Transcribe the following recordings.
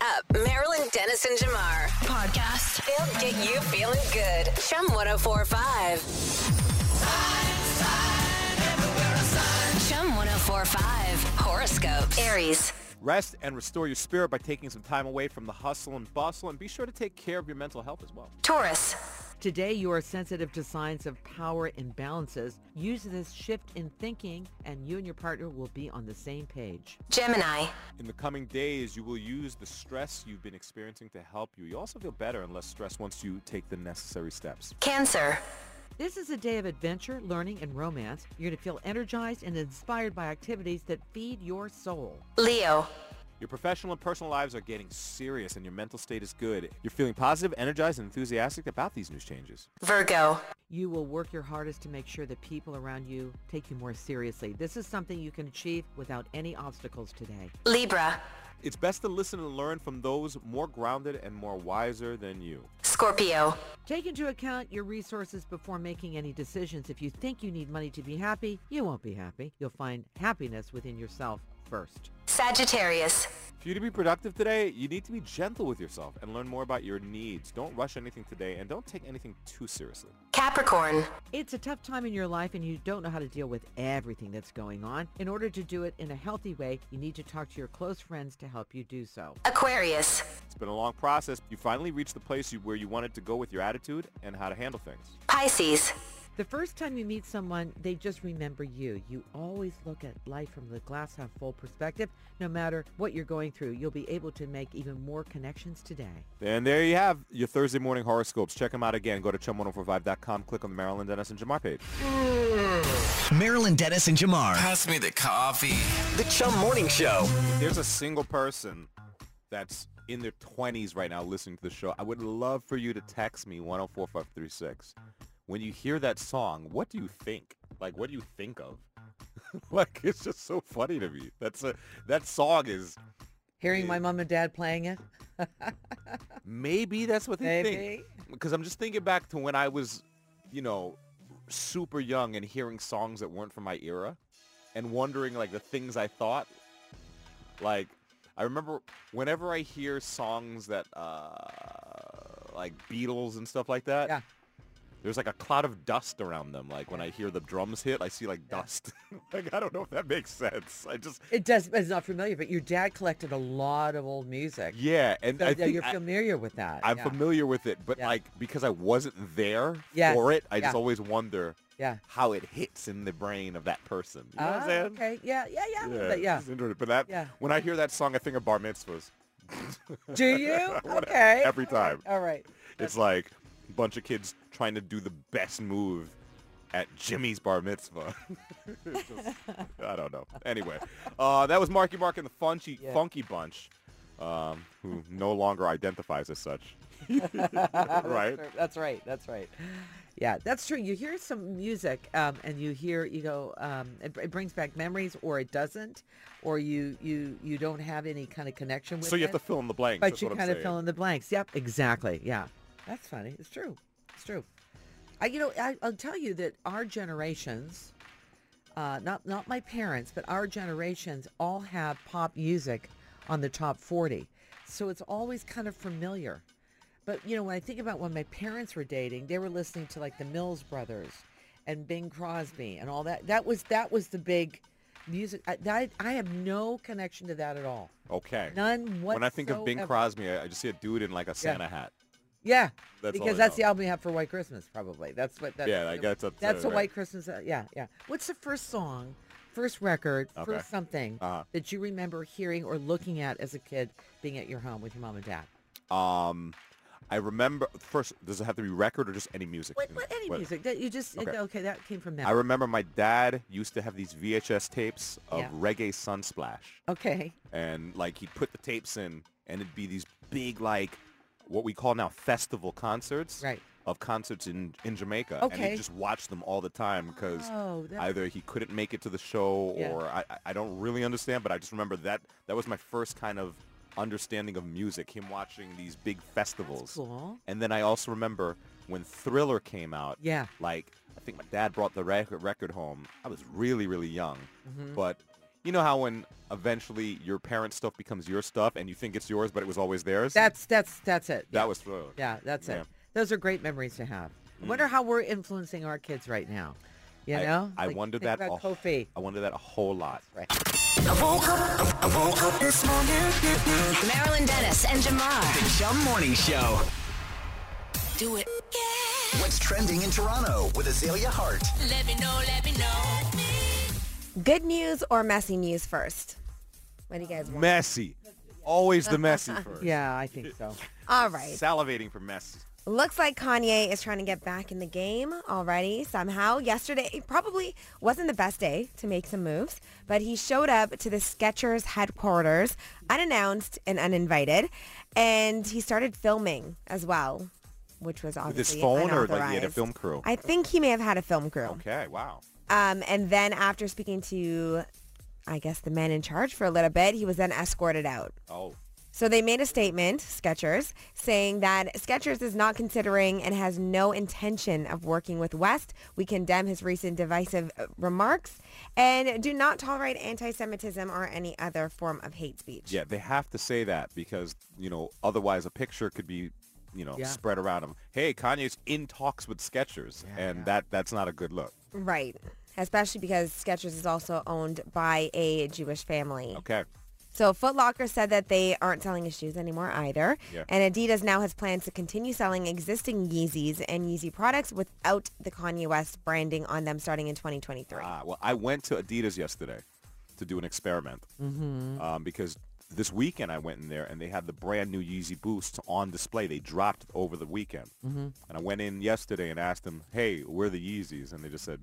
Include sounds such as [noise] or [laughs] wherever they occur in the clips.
up. Marilyn Dennis and Jamar. Podcast. They'll get you feeling good. oh Chum 1045. Chum 1045. Horoscope. Aries. Rest and restore your spirit by taking some time away from the hustle and bustle and be sure to take care of your mental health as well. Taurus. Today, you are sensitive to signs of power imbalances. Use this shift in thinking, and you and your partner will be on the same page. Gemini. In the coming days, you will use the stress you've been experiencing to help you. You also feel better and less stressed once you take the necessary steps. Cancer. This is a day of adventure, learning, and romance. You're going to feel energized and inspired by activities that feed your soul. Leo. Your professional and personal lives are getting serious and your mental state is good. You're feeling positive, energized, and enthusiastic about these news changes. Virgo. You will work your hardest to make sure that people around you take you more seriously. This is something you can achieve without any obstacles today. Libra. It's best to listen and learn from those more grounded and more wiser than you. Scorpio. Take into account your resources before making any decisions. If you think you need money to be happy, you won't be happy. You'll find happiness within yourself first. Sagittarius. For you to be productive today, you need to be gentle with yourself and learn more about your needs. Don't rush anything today and don't take anything too seriously. Capricorn. It's a tough time in your life and you don't know how to deal with everything that's going on. In order to do it in a healthy way, you need to talk to your close friends to help you do so. Aquarius. It's been a long process. You finally reached the place you, where you wanted to go with your attitude and how to handle things. Pisces. The first time you meet someone, they just remember you. You always look at life from the glass half full perspective. No matter what you're going through, you'll be able to make even more connections today. And there you have your Thursday morning horoscopes. Check them out again. Go to chum1045.com, click on the Marilyn Dennis and Jamar page. Marilyn Dennis and Jamar. Pass me the coffee. The Chum Morning Show. If there's a single person that's in their 20s right now listening to the show, I would love for you to text me 104536. When you hear that song, what do you think? Like, what do you think of? [laughs] like, it's just so funny to me. That's a, that song is, Hearing my mom and dad playing it. maybe that's what they Maybe. think. Because I'm just thinking back to when I was, you know, super young and hearing songs that weren't from my era and wondering like the things I thought. Like, I remember whenever I hear songs that, uh, like Beatles and stuff like that, Yeah. there's like a cloud of dust around them. Like when I hear the drums hit, I see like dust. [laughs] like, I don't know if that makes sense. I just, It does, it's not familiar, but your dad collected a lot of old music. yeah. And So I yeah, think you're I- familiar with that. I'm yeah. familiar with it, but Yeah. like because I wasn't there Yes. for it, I just Yeah. always wonder Yeah. how it hits in the brain of that person. You know what I'm Ah, saying? Okay. Yeah. Yeah. Yeah. a little Yeah, bit, yeah. it's interesting, But that, Yeah. when I hear that song, I think of bar [laughs] mitzvahs. [laughs] Do you? Okay. every All right, time. [laughs] All right. It's like a bunch of kids trying to do the best move at Jimmy's bar mitzvah. [laughs] It's just- I don't know. [laughs] Anyway, uh, that was Marky Mark and the Funky, Yeah. funky Bunch, um, who no longer identifies as such. right? Sure, Oh, That's right. That's right. Yeah, that's true. You hear some music um, and you hear, you go, um, it, it brings back memories or it doesn't, or you, you, you don't have any kind of connection with So you have it, to fill in the blanks. But that's you what I'm kind of saying. fill in the blanks. Yep, exactly. Yeah. That's funny. It's true. It's true. I, you know, I, I'll tell you that our generations, uh, not not my parents, but our generations all have pop music on the top 40. So it's always kind of familiar. But you know, when I think about when my parents were dating, they were listening to like the Mills Brothers and Bing Crosby and all that. That was that was the big music. I, I, I have no connection to that at all. Okay. None whatsoever. When I think of Bing Crosby, I, I just see a dude in like a Santa hat. Yeah, That's all I because that's the know. album you have for White Christmas, probably. That's what. That's Yeah, I the- guess that's That's it, the right? White Christmas. uh, Yeah, yeah. What's the first song, first record, Okay. first something Uh-huh. that you remember hearing or looking at as a kid, being at your home with your mom and dad? Um, I remember first. Does it have to be record or just any music? What, what any What- music that you just okay. Okay. that came from that. I remember my dad used to have these VHS tapes of Yeah. reggae sunsplash, okay. and like he'd put the tapes in, and it'd be these big like what we call now festival concerts Right. of concerts in in Jamaica, and Okay. he just watched them all the time because Oh, that's- either he couldn't make it to the show Yeah. or I, I- I don't really understand, but I just remember that that was my first kind of understanding of music, him watching these big festivals. cool. And then I also remember when Thriller came out. Yeah. Mm-hmm. Like, I think my dad brought the record, record home. I was really, really young. But You know how when eventually your parents' stuff becomes your stuff and you think it's yours, but it was always theirs? That's that's that's it. that yeah. was thrilled. yeah, that's Yeah. Mm. it. Those are great memories to have. I wonder how we're influencing our kids right now. You I- know, I Like, wondered think that About a- [laughs] Kofi. I wonder that a whole lot. Right. Marilyn Dennis and Jamar. Chum Morning Show. Do it. What's trending in Toronto with Azalea Hart? Let me know, let me know. Good news or messy news first? What do you guys want? Messy. Always the messy [laughs] first. Yeah, I think so. All right. Salivating for messy. Looks like Kanye is trying to get back in the game already somehow. Yesterday it probably wasn't the best day to make some moves, but he showed up to the Skechers headquarters unannounced and uninvited, and he started filming as well, which was With his obviously phone or like he had a unauthorized. film crew? I think he may have had a film crew. Okay, wow. Um, and then after speaking to, I guess, the man in charge for a little bit, he was then escorted out. Oh. So they made a statement, Skechers, saying that Skechers is not considering and has no intention of working with West. We condemn his recent divisive uh, remarks and do not tolerate anti-Semitism or any other form of hate speech. Yeah, they have to say that because, you know, otherwise a picture could be, you know, Yeah. spread around them. Hey, Kanye's in talks with Skechers, and that that's not a good look. Right. Especially because Skechers is also owned by a Jewish family. Okay. So Foot Locker said that they aren't selling his shoes anymore either. Yeah. And Adidas now has plans to continue selling existing Yeezys and Yeezy products without the Kanye West branding on them starting in 2023. Ah, well, I went to Adidas yesterday to do an experiment um, because this weekend I went in there and they had the brand new Yeezy Boosts on display. They dropped over the weekend, mm-hmm. and I went in yesterday and asked them, "Hey, where are the Yeezys?" And they just said,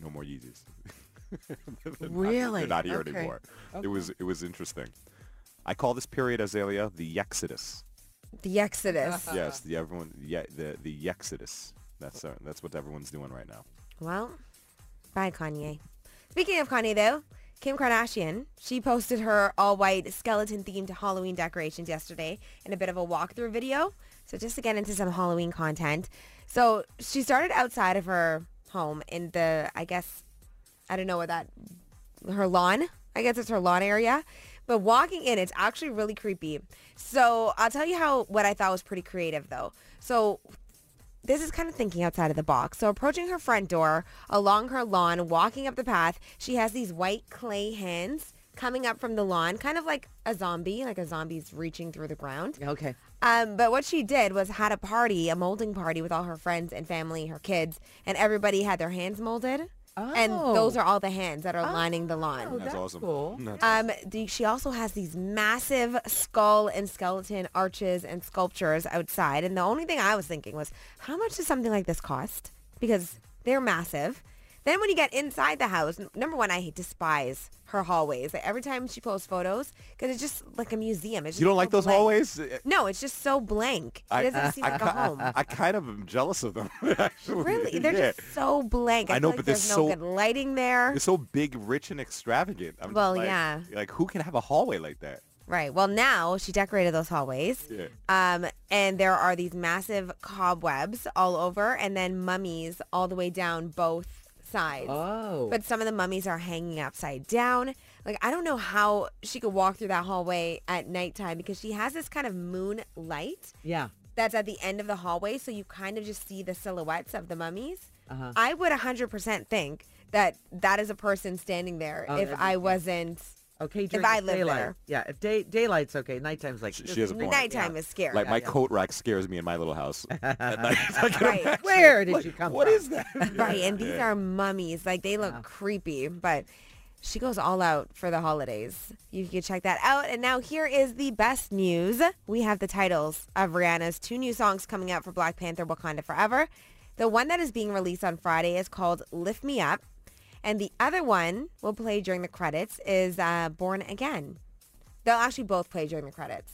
"No more Yeezys. [laughs] Really? They're not here Okay. anymore." It was it was interesting. I call this period Azalea the Yexodus. The Exodus. Yes, the everyone, yeah, the the Yexodus. That's uh, that's what everyone's doing right now. well, bye Kanye. Speaking of Kanye though, Kim Kardashian, she posted her all-white skeleton-themed Halloween decorations yesterday in a bit of a walkthrough video. So just to get into some Halloween content. So she started outside of her home in the, I guess, I don't know what that her lawn. I guess it's her lawn area. But walking in, it's actually really creepy. So I'll tell you how what I thought was pretty creative though. So this is kind of thinking outside of the box. So approaching her front door, along her lawn, walking up the path, she has these white clay hands coming up from the lawn, kind of like a zombie, like a zombie's reaching through the ground. Okay. Um, but what she did was had a party, a molding party with all her friends and family, her kids, and everybody had their hands molded. And Oh. those are all the hands that are lining the lawn. Oh, That's, that's awesome. [laughs] cool. That's Um, the, she also has these massive skull and skeleton arches and sculptures outside. And the only thing I was thinking was, how much does something like this cost? Because they're massive. Then when you get inside the house, n- number one, I despise her hallways. Like every time she posts photos, because it's just like a museum. It's just You don't so like those blank. hallways? Eh, No, it's just so blank. It I- doesn't seem like a home. [laughs] I kind of am jealous of them. [laughs] Actually. [laughs] Really, they're Yeah. just so blank. I feel know, like but they're there's so- no good lighting there. They're so big, rich, and extravagant. I'm just Well, like- yeah. Like, who can have a hallway like that? Right. Well, now she decorated those hallways. Yeah. Um, and there are these massive cobwebs all over and then mummies all the way down both sides. Oh. But some of the mummies are hanging upside down. Like, I don't know how she could walk through that hallway at nighttime because she has this kind of moon light yeah. that's at the end of the hallway. So you kind of just see the silhouettes of the mummies. Uh-huh. I would 100% think that that is a person standing there Oh, if that'd be I wasn't. Okay. If During I the live daylight. there. Yeah. If day daylight's okay, nighttime's like She- she has a point. Nighttime Yeah. is scary. like, my yeah. coat rack scares me in my little house. At night. [laughs] I [laughs] can Right. imagine. Where did Like, you come What from? is that? [laughs] Yeah. Right, and these Yeah. are mummies. Like they look creepy, but she goes all out for the holidays. You can check that out. And now here is the best news. We have the titles of Rihanna's two new songs coming out for Black Panther Wakanda Forever. The one that is being released on Friday is called Lift Me Up. And the other one we'll play during the credits is uh, Born Again. They'll actually both play during the credits.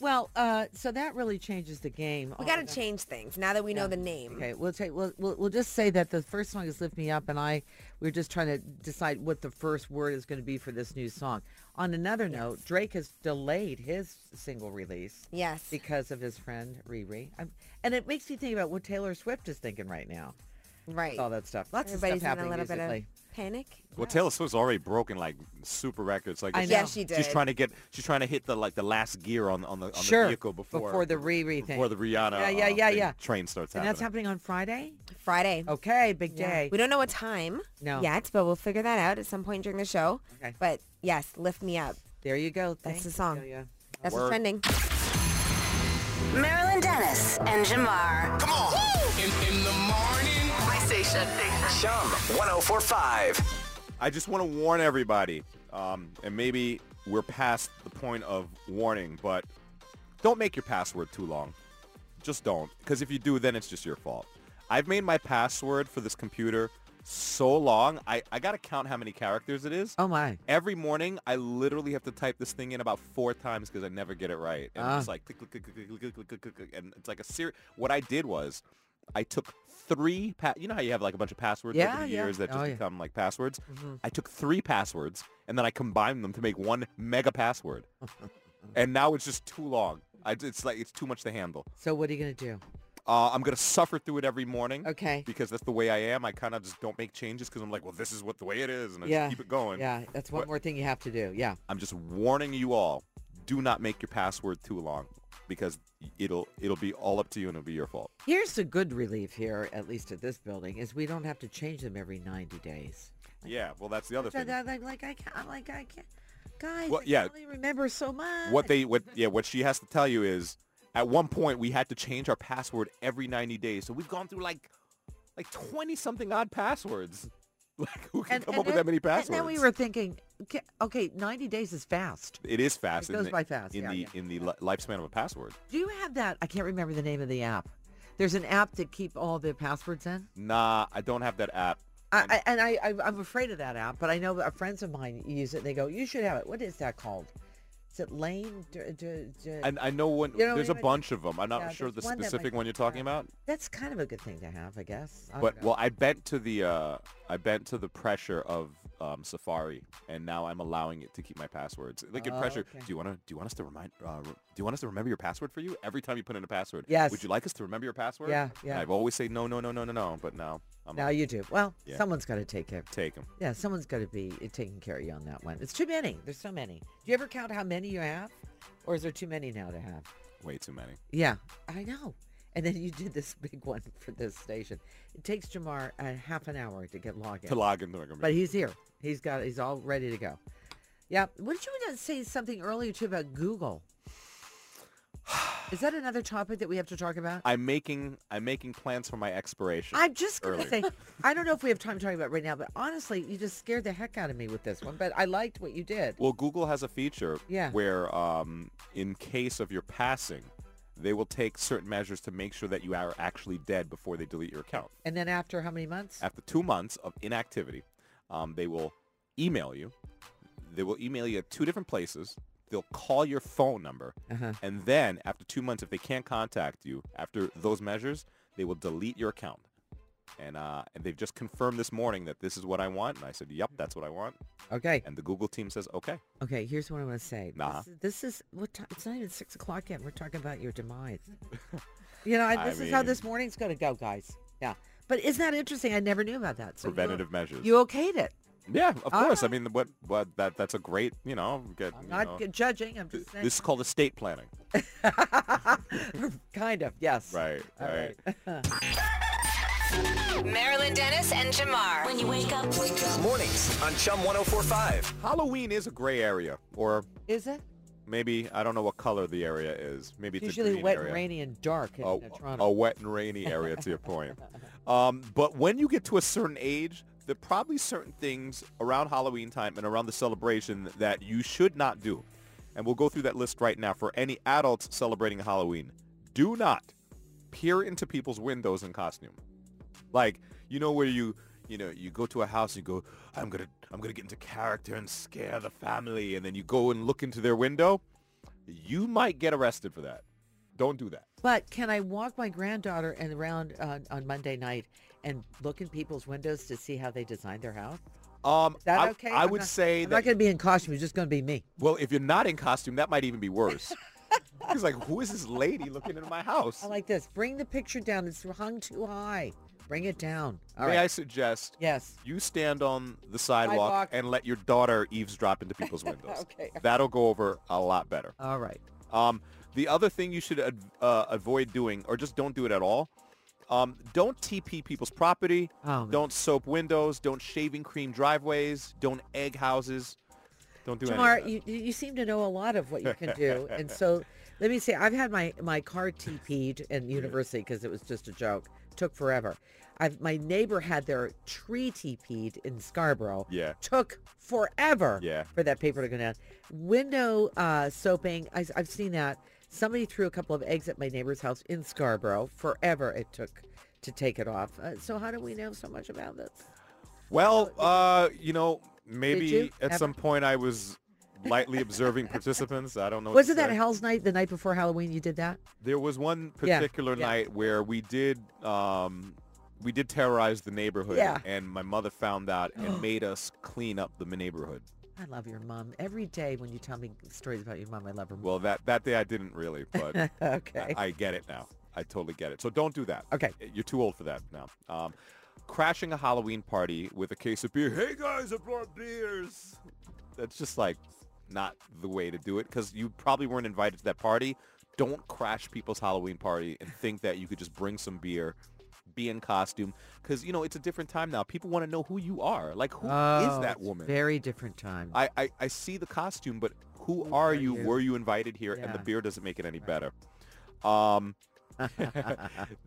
Well, uh, so that really changes the game. We on- got to change things now that we know the name. Oh, Okay, we'll take we'll, we'll we'll just say that the first song is "Lift Me Up," and I we are just trying to decide what the first word is going to be for this new song. On another note, Drake has delayed his single release Yes. because of his friend Riri, i and it makes me think about what Taylor Swift is thinking right now. Right. All that stuff, lots of Everybody's in a stuff happening little bit of- musically. Panic. Well, Taylor Swift's already broken like super records. Like I it's- know. Yeah, she She's did. trying to get. She's trying to hit the like the last gear on the- on the on Sure, the vehicle before before the re-re before the thing. Rihanna Yeah, yeah, uh, yeah, thing- yeah. train starts And happening. that's happening on Friday? Friday. Okay, big Yeah. day. We don't know what time No. yet, but we'll figure that out at some point during the show. Okay. But yes, lift me up. There you go. That's the Thanks, song. Celia. That's Word. what's trending. Marilyn Dennis and Jamar. Come on. In, in the morning. My station. Chum 1045. I just want to warn everybody, um, and maybe we're past the point of warning, but don't make your password too long. Just don't, because if you do, then it's just your fault. I've made my password for this computer so long, I, I got to count how many characters it is. Oh, my. Every morning, I literally have to type this thing in about four times because I never get it right. And Ah. it's like click, click, click, click, click, click, click, click, click, click, and it's like a series. What I did was, I took three. Pa- you know how you have like a bunch of passwords Yeah, over the yeah. years that just Oh, yeah. Mm-hmm. become like passwords. I took three passwords and then I combined them to make one mega [laughs] password. and now it's just too long. I, it's like it's too much to handle. So what are you going to do? Uh, I'm gonna suffer through it every morning. Okay. Because that's the way I am. I kind of just don't make changes because I'm like, well, this is what the way it is, and I yeah. just keep it going. Yeah, that's one What- more thing you have to do. Yeah. I'm just warning you all, do not make your password too long because it'll it'll be all up to you and it'll be your fault. Here's the good relief here, at least at this building, is we don't have to change them every 90 days. Yeah, well that's the other So thing. that- like, like, I can't, I'm like, I can't. Guys, Well, I yeah. can only remember so much. What they what yeah, what she has to tell you is at one point we had to change our password every 90 days. So we've gone through like like 20 something odd passwords. [laughs] Like who can come up with that many passwords? And then we were thinking, okay, okay 90 days is fast. it is fast. It in goes the- by fast, in yeah, the yeah. in the li- lifespan of a password. Do you have that? I can't remember the name of the app. There's an app to keep all the passwords in. Nah, I don't have that app. I, I, and I, I, I'm afraid of that app, but I know that friends of mine use it. And they go, "You should have it." What is that called? Is it Lane? D- d- d- And I know when You know, there's a anybody- bunch of them. I'm not Yeah, sure there's the one that might specific be one you're talking around. about. That's kind of a good thing to have, I guess. I don't But know. well, I bent to the uh, I bent to the pressure of um, Safari, and now I'm allowing it to keep my passwords. Like in Oh, pressure, okay. do you want to do you want us to remind uh, re- do you want us to remember your password for you every time you put in a password? Yes. Would you like us to remember your password? Yeah, And yeah. I've always say no, no, no, no, no, no. But now I'm now like, you do. Well, Yeah. someone's got to take care. take them. Yeah, someone's got to be taking care of you on that one. It's too many. There's so many. Do you ever count how many you have, or is there too many now to have? Way too many. Yeah, I know. And then you did this [laughs] big one for this station. It takes Jamar a half an hour to get logged in. To log into my computer. But he's here. He's got. He's all ready to go. Yeah. What did you want to say something earlier too about Google? [sighs] Is that another topic that we have to talk about? I'm making I'm making plans for my expiration. I'm just gonna earlier. say I don't know if we have time to talk about it right now, but honestly, you just scared the heck out of me with this one. But I liked what you did. Well, Google has a feature Yeah. where, um, in case of your passing, they will take certain measures to make sure that you are actually dead before they delete your account. And then after how many months? After two months of inactivity, um, they will email you. They will email you at two different places. They'll call your phone number. Uh-huh. And then after two months, if they can't contact you after those measures, they will delete your account. And, uh, and they've just confirmed this morning that this is what I want. And I said, yep, that's what I want. Okay. And the Google team says, okay. Okay. Here's what I want to say. Nah. This, this is what time? It's not even six o'clock yet. We're talking about your demise. [laughs] you know, I, I this is how mean- this morning's going to go, guys. Yeah. But isn't that interesting? I never knew about that. So you- Preventative measures. You okayed it. Yeah, of All course. right. I mean, what, what that that's a great, you know, get, I'm you not know, g- judging. I'm just saying. this is called estate planning. kind of, yes. Right, [laughs] All right. Marilyn Dennis and Jamar. When you wake up, Mornings on Chum 1045. Halloween is a gray area, or Is it? maybe I don't know what color the area is. Maybe it's It's usually a green wet area. Oh, and rainy and dark in A, uh, a Toronto. wet and rainy area, to your [laughs] point. Um, but when you get to a certain age, there are probably certain things around Halloween time and around the celebration that you should not do. And we'll go through that list right now for any adults celebrating Halloween. Do not peer into people's windows in costume. Like, you know where you you know, you go to a house and you go, I'm gonna I'm gonna get into character and scare the family and then you go and look into their window, you might get arrested for that. Don't do that. But can I walk my granddaughter and around uh, on Monday night and look in people's windows to see how they designed their house? Um Is that I, okay? I I'm would not- say I'm that not going to be in costume. It's just going to be me. well, if you're not in costume, that might even be [laughs] worse. He's like, who is this lady looking into my house? I like this. Bring the picture down. It's hung too high. Bring it down. All right. May I suggest Yes. you stand on the sidewalk, Sidewalk. and let your daughter eavesdrop into people's windows. [laughs] Okay. That'll go over a lot better. All right. Um, the other thing you should ad- uh, avoid doing, or just don't do it at all, um, don't TP people's property. Oh, man. don't soap windows. Don't shaving cream driveways. Don't egg houses. Don't do any Jamar, of that. you, you you seem to know a lot of what you can do. and [laughs] so let me say, I've had my, my car TP'd in university because it was just a joke. Took forever. I've, my neighbor had their tree TP'd in Scarborough. Yeah. Took forever Yeah. for that paper to go down. Window uh, soaping, I, have seen that. Somebody threw a couple of eggs at my neighbor's house in Scarborough. Forever it took to take it off. Uh, so how do we know so much about this? Well, uh, you know, you maybe at ever? some point I was lightly observing participants. I don't know. what Wasn't to that say. Hell's Night, the night before Halloween you did that? There was one Yeah, particular yeah. night where we did um, we did terrorize the neighborhood, Yeah. and my mother found out [gasps] and made us clean up the neighborhood. I love your mom. Every day when you tell me stories about your mom, I love her. Well, that that day I didn't really, but I, [laughs] okay. I get it now. I totally get it. So don't do that. Okay. you're too old for that now. Um, crashing a Halloween party with a case of beer. Hey guys, I brought beers. That's just like not the way to do it because you probably weren't invited to that party. Don't crash people's Halloween party and think that you could just bring some beer, be in costume. Because, you know, it's a different time now. People want to know who you are. Like, who is Oh, that it's woman? Very different time. I, I, I see the costume, but who are, you? you? Were you invited here? And the Yeah. beer doesn't make it any better. Um, [laughs]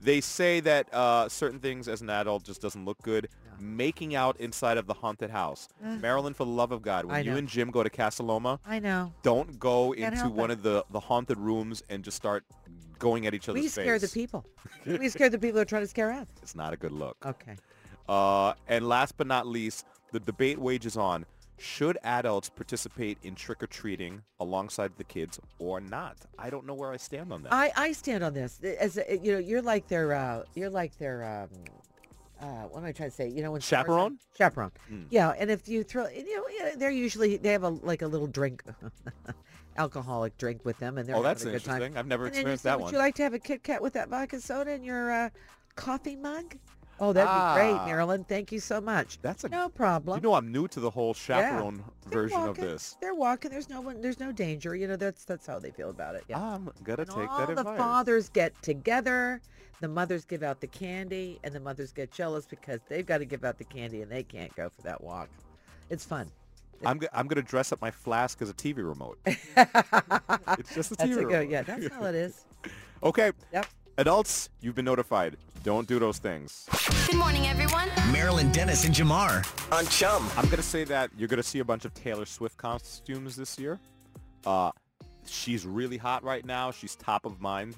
they say that uh, certain things as an adult just doesn't look good. Making out inside of the haunted [sighs] house. Marilyn, for the love of God, when I you know. and Jim go to Casaloma, I know. don't go Can't into help one it. of the, the haunted rooms and just start going at each other's We face. scare the [laughs] people. we scare the people who are trying to scare us. It's not a good look. Okay. Uh, and last but not least, the debate wages on. Should adults participate in trick-or-treating alongside the kids or not? I don't know where I stand on that. I, I stand on this. As a- you know, you're like their uh, you're like their um, uh, what am I trying to say? You know, when stars are- Chaperone? Hmm. chaperone. Yeah, and if you throw, you know, yeah, they're usually they have a like a little drink, [laughs] alcoholic drink with them, and they're oh, having that's a good time. interesting. I've never And then you experienced say, that "Would one. you like to have a Kit Kat with that vodka soda in your uh, coffee mug? Oh, that'd be Ah. great, Marilyn. Thank you so much. That's a- no problem. you know, I'm new to the whole Yeah. eh? chaperone They're version of walking- this. They're walking. There's no one. There's no danger. You know, that's that's how they feel about it. Yeah. I'm gonna And take all that the advice. fathers get together. The mothers give out the candy, and the mothers get jealous because they've got to give out the candy and they can't go for that walk. It's fun. I'm, go- I'm gonna dress up my flask as a TV [laughs] remote. it's just a TV That's a remote. go. Yeah, that's [laughs] how it is. Okay, Yep. adults, you've been notified. Don't do those things. Good morning, everyone. Marilyn Dennis and Jamar on Chum. I'm gonna say that you're gonna see a bunch of Taylor Swift costumes this year. Uh, she's really hot right now. She's top of mind.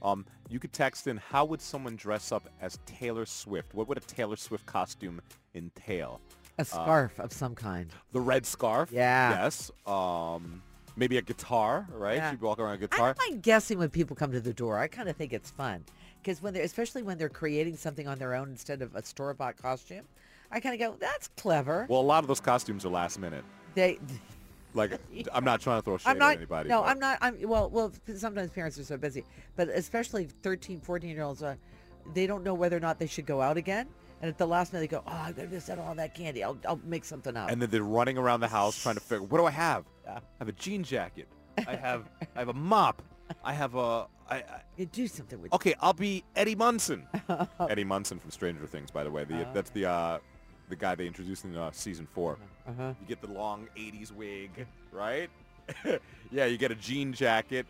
Um, you could text in how would someone dress up as Taylor Swift? What would a Taylor Swift costume entail? A scarf of some kind. The red scarf. Yeah. Yes. Um, maybe a guitar. Right. Yeah. She'd walk around with a I guitar. don't mind guessing when people come to the door. I kind of think it's fun because when they're, especially when they're creating something on their own instead of a store bought costume, I kind of go, "That's clever." Well, a lot of those costumes are last minute. they, [laughs] Like, I'm not trying to throw shade I'm not. at anybody. no, but- I'm not. I'm well. Well, sometimes parents are so busy, but especially 13, 14 year olds, uh, they don't know whether or not they should go out again. And at the last minute, they go, "Oh, I'm gonna just settle all that candy. I'll, I'll make something up." and then they're running around the house trying to figure what do I have? I have a jean jacket. [laughs] I have I have a mop. I have a I, I you do something with. okay. I'll be Eddie Munson. [laughs] Eddie Munson from Stranger Things, by the way. The, That's the uh, the guy they introduced in uh, season 4 Uh-huh. You get the long '80s wig, right? [laughs] yeah, you get a jean jacket,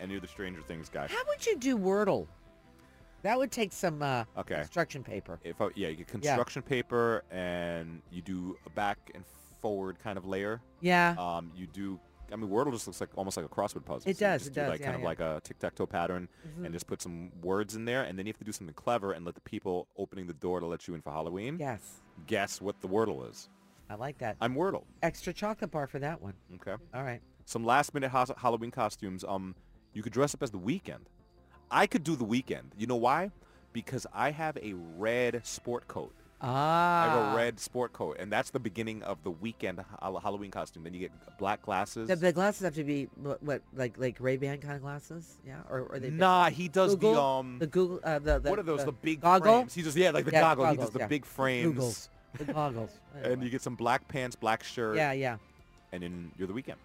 and you're the Stranger Things guy. How would you do Wordle? That would take some uh, Okay. instruction paper. If I, yeah, you get construction paper, and you do a back and forward kind of layer. Yeah. Um, you do. I mean, Wordle just looks like almost like a crossword puzzle. It So you does, just it do does, Like yeah, kind of yeah. Mm-hmm. like a tic-tac-toe pattern, and just put some words in there, and then you have to do something clever and let the people opening the door to let you in for Halloween yes. guess what the Wordle is. I like that. I'm Wordle. Extra chocolate bar for that one. Okay. All right. Some last-minute hos- Halloween costumes. Um, you could dress up as the Weekend. I could do the Weekend. You know why? Because I have a red sport coat. I have Ah. a red sport coat, and that's the beginning of the weekend ha- Halloween costume. Then you get black glasses. The, the glasses have to be what, what like like Ray Ban kind of glasses, yeah, or or they nah, he does Google, the um. the Google uh, the, the what are those? The, big goggle frames. He does yeah, like the Yeah, goggle. he does goggles, the yeah. big frames. the goggles, [laughs] And you get some black pants, black shirt, yeah, yeah, and then you're the weekend.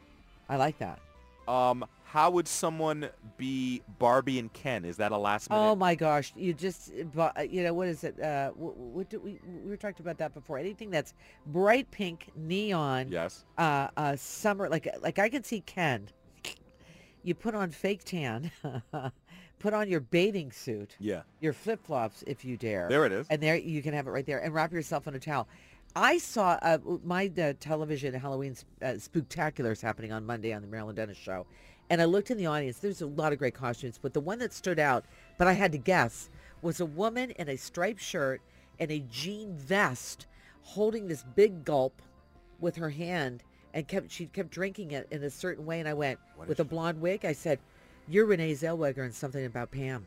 I like that. Um, how would someone be Barbie and Ken? Is that a last minute? Oh my gosh, you just bu- you know what is it? Uh, what, what did we we were talking about that before? Anything that's bright pink, neon, yes. uh, uh, summer like like I can see Ken. You put on fake tan, [laughs] put on your bathing suit, Yeah. your flip flops if you dare. There it is. And there you can have it right there, and wrap yourself in a towel. I saw uh, my uh, television Halloween s- uh, spectaculars happening on Monday on the Marilyn Dennis show, and I looked in the audience. There's a lot of great costumes, but the one that stood out, but I had to guess, was a woman in a striped shirt and a jean vest, holding this big gulp with her hand, and kept she kept drinking it in a certain way. And I went What with is a blonde wig. I said, "You're Renee Zellweger and something about Pam."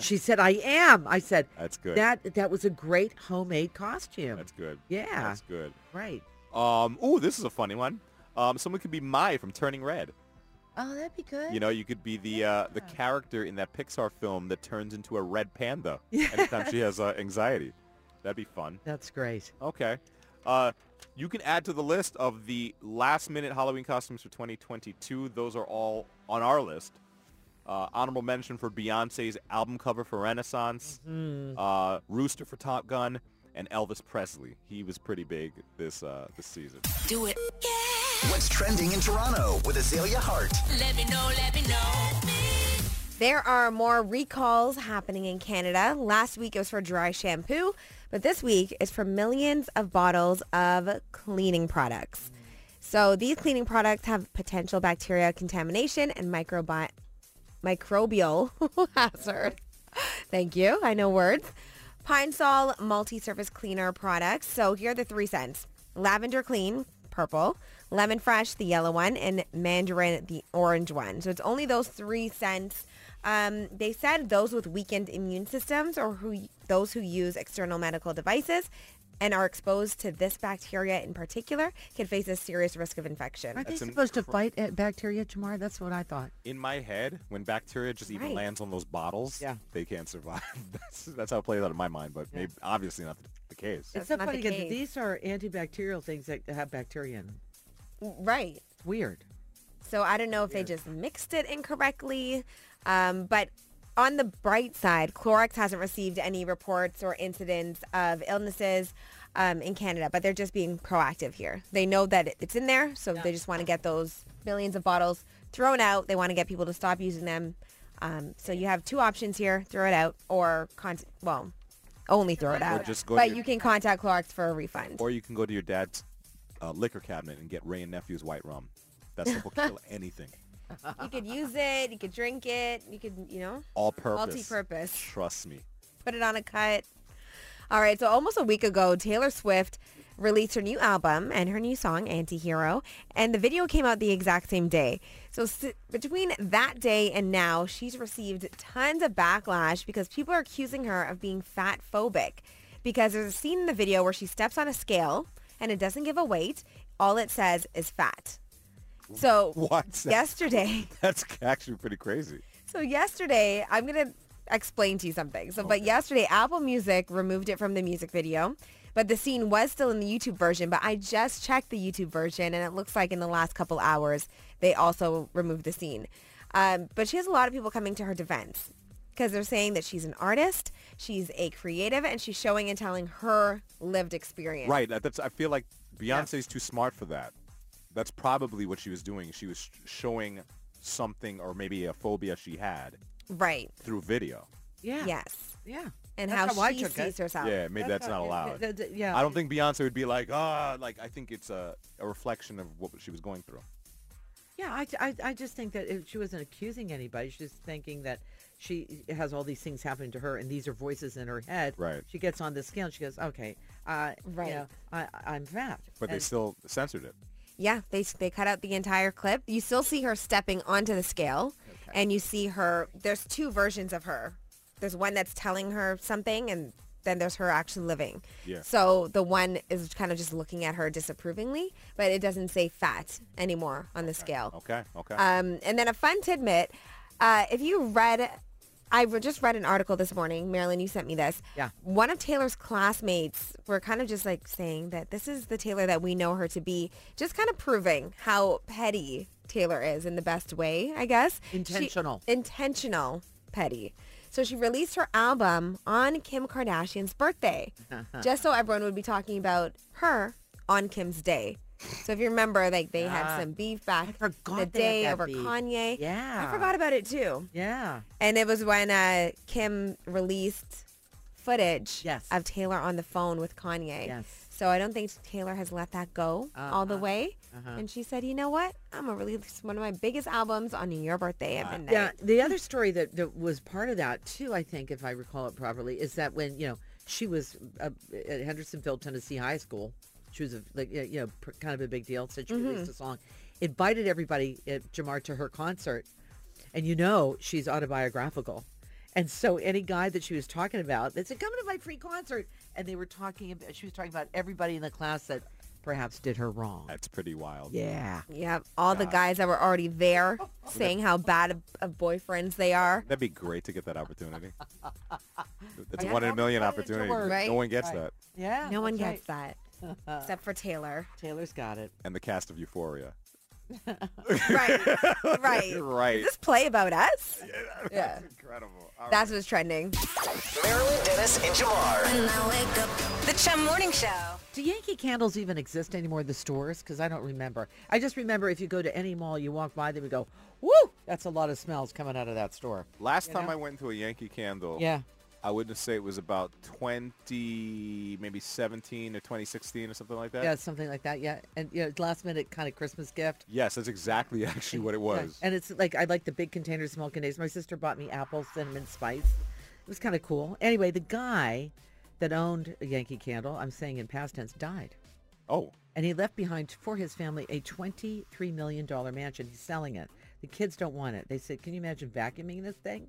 She said, "I am." I said, That's good. That that was a great homemade costume. That's good. Yeah. That's good. right. Um, ooh, this is a funny one. Um, someone could be Mai from Turning Red. Oh, that'd be good. You know, you could be the uh, the character in that Pixar film that turns into a red [laughs] panda anytime she has uh, anxiety. That'd be fun. That's great. Okay. Uh, you can add to the list of the last minute Halloween costumes for 2022. Those are all on our list. Uh, honorable mention for Beyonce's album cover for Renaissance, uh, Rooster for Top Gun, and Elvis Presley. He was pretty big this uh, this season. Do it. What's trending in Toronto with Azalea Hart? Let me know, let me know. There are more recalls happening in Canada. Last week it was for dry shampoo, but this week it's for millions of bottles of cleaning products. So these cleaning products have potential bacteria contamination and microbi- microbial [laughs] hazard. Thank you. I know words. Pine Sol multi-surface cleaner products. So here are the three scents. Lavender Clean, purple. Lemon Fresh, the yellow one. And Mandarin, the orange one. So it's only those three scents. Um, they said those with weakened immune systems or who those who use external medical devices and are exposed to this bacteria in particular can face a serious risk of infection. Aren't That's they an supposed to fight at bacteria tomorrow? That's what I thought. In my head, when bacteria just even Right. lands on those bottles, Yeah. they can't survive. [laughs] that's, that's how it plays out in my mind, but maybe, obviously not the, the case. It's That's so not the funny because case. these are antibacterial things that have bacteria in them. Right. It's weird. So I don't know if they just mixed it incorrectly. Um, but on the bright side, Clorox hasn't received any reports or incidents of illnesses um, in Canada, but they're just being proactive here. They know that it's in there, so they just want to get those millions of bottles thrown out. They want to get people to stop using them. Um, so you have two options here: throw it out, or con- well, only throw it out. just go to but your- you can contact Clorox for a refund. Or you can go to your dad's uh, liquor cabinet and get Ray and Nephew's white rum. That stuff will kill anything. you could use it, you could drink it, you could, you know. All purpose. Multi-purpose. Trust me. [laughs] put it on a cut. All right, so almost a week ago, Taylor Swift released her new album and her new song, Antihero, and the video came out the exact same day. So s- between that day and now, she's received tons of backlash because people are accusing her of being fat phobic because there's a scene in the video where she steps on a scale and it doesn't give a weight. All it says is fat. So What? yesterday, That's actually pretty crazy. so yesterday, I'm gonna explain to you something. So, but yesterday, Apple Music removed it from the music video, but the scene was still in the YouTube version. But I just checked the YouTube version, and it looks like in the last couple hours they also removed the scene. Um, but she has a lot of people coming to her defense because they're saying that she's an artist, she's a creative, and she's showing and telling her lived experience. Right. that- That's. I feel like Beyonce's too smart for that. That's probably what she was doing. She was sh- showing something or maybe a phobia she had Right. through video. Yeah. Yes. Yeah. And That's how, I she took sees it. herself. Yeah, maybe that's, not allowed. Th- th- yeah. I don't think Beyonce would be like, ah, like I think it's a, a reflection of what she was going through. Yeah, I, I, I just think that if she wasn't accusing anybody. She's just thinking that she has all these things happening to her, and these are voices in her head. Right. She gets on the scale and she goes, "Okay, uh, right. Right. I, I'm fat." But they And- still censored it. Yeah, they they cut out the entire clip. You still see her stepping onto the scale, and you see her. There's two versions of her. There's one that's telling her something, and then there's her actually living. Yeah. So the one is kind of just looking at her disapprovingly, but it doesn't say fat anymore on the scale. Okay. Okay. Um, and then a fun tidbit. Uh, if you read, I re- just read an article this morning. Marilyn, you sent me this. Yeah. One of Taylor's classmates were kind of just like saying that this is the Taylor that we know her to be, just kind of proving how petty Taylor is in the best way, I guess. She- Intentional. intentional petty. So she released her album on Kim [laughs] Kardashian's birthday, just so everyone would be talking about her on Kim's day. So if you remember, like they had some beef back forgot the they had day that over beef. Kanye. Yeah. I forgot about it too. Yeah. And it was when uh, Kim released footage Yes. of Taylor on the phone with Kanye. Yes. Uh-uh. So I don't think Taylor has let that go all the way. Uh-huh. And she said, you know what? I'm going to release one of my biggest albums on your birthday at midnight. Uh, Yeah, the other story that, that was part of that too, I think, if I recall it properly, is that when you know she was uh, at Hendersonville, Tennessee High School, she was a, like you know pr- kind of a big deal. So she Mm-hmm. released a song, invited everybody at Jamar to her concert, and you know she's autobiographical, and so any guy that she was talking about, they said, "Come to my free concert," and they were talking. About, she was talking about everybody in the class that perhaps did her wrong. That's pretty wild. Yeah. Yeah, all the guys that were [laughs] already there saying how bad of, of boyfriends they are. That'd be great to get that [laughs] opportunity. That's Yeah. a one in a million Put it to opportunity. work. Right. No one gets Right. that. Yeah. No one that's right. gets that [laughs] except for Taylor. Taylor's got it. And the cast of Euphoria. [laughs] Right, right. Right. This play about us? [laughs] Yeah. Incredible. That's what's trending. Marilyn Dennis and Jamar. Now wake up. The Chum Morning Show. Do Yankee Candles even exist anymore in the stores? Because I don't remember. I just remember if you go to any mall, you walk by them and go, woo, that's a lot of smells coming out of that store. Last time I went to a Yankee Candle, Yeah. I wouldn't say it was about 20, maybe 17 or 2016 or something like that. Yeah, something like that. Yeah. And you know, last minute kind of Christmas gift. Yes, that's exactly [laughs] actually what it Yeah. was. And it's like, I like the big containers, small containers. My sister bought me apple, cinnamon, spice. It was kind of cool. Anyway, the guy that owned a Yankee Candle, I'm saying in past tense, died. Oh, and he left behind for his family a $23 million mansion. He's selling it. The kids don't want it. They said, "Can you imagine vacuuming this thing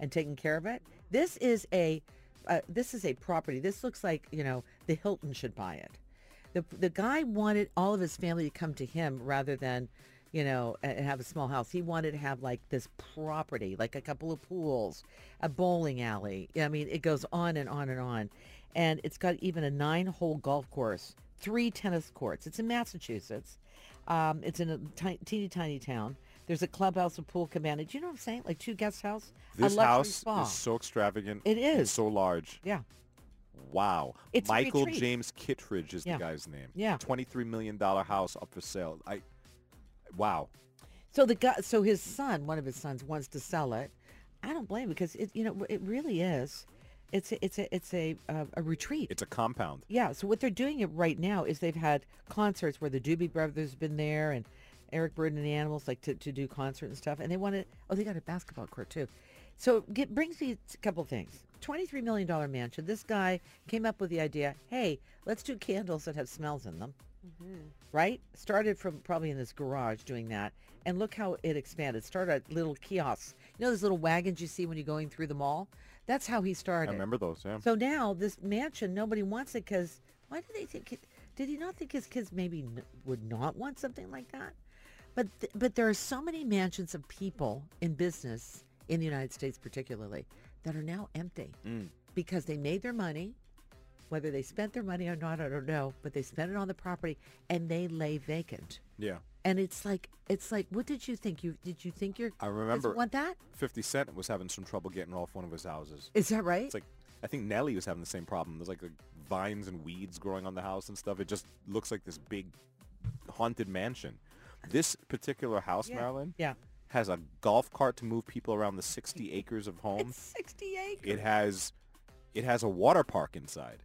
and taking care of it? This is a uh, this is a property. This looks like you know the Hilton should buy it." The the guy wanted all of his family to come to him rather than you know a- have a small house. He wanted to have like this property, like a couple of pools, a bowling alley. I mean, it goes on and on and on, and it's got even a nine-hole golf course three tennis courts. It's in Massachusetts. Um, it's in a ti- teeny tiny town. There's a clubhouse, a pool cabana. Do you know what I'm saying? Like two guest house, this a luxury house spa. is so extravagant. It and is. so large. yeah, Wow. It's a Michael retreat. James Kittredge is Yeah. the guy's name. Yeah. $23 million house up for sale. I. Wow. So the guy, so his son, one of his sons, wants to sell it. I don't blame him because it, you know, it really is. It's a, it's a, it's a, uh, a retreat. It's a compound. yeah. So what they're doing it right now is they've had concerts where the Doobie Brothers have been there and Eric Burden and the Animals like to, to do concert and stuff. And they want to, oh, they got a basketball court too. So it get, brings me a couple things. $23 million mansion. This guy came up with the idea, hey, let's do candles that have smells in them right? Started from probably in this garage doing that. And look how it expanded. Started at little kiosks. You know those little wagons you see when you're going through the mall? That's how he started. I remember those, yeah. So now this mansion, nobody wants it because why do they think? It, did he not think his kids maybe n- would not want something like that? But th- but there are so many mansions of people in business in the United States, particularly, that are now empty Mm. because they made their money. Whether they spent their money or not, I don't know, but they spent it on the property and they lay vacant. Yeah. And it's like it's like, what did you think? You did you think your I kids remember- want that? 50 Cent was having some trouble getting off one of his houses. Is that right? It's like I think Nelly was having the same problem. There's like, like vines and weeds growing on the house and stuff. It just looks like this big haunted mansion. This particular house, Yeah. Marilyn, yeah, has a golf cart to move people around the 60 acres of home. [laughs] it's sixty acres. It has it has a water park inside.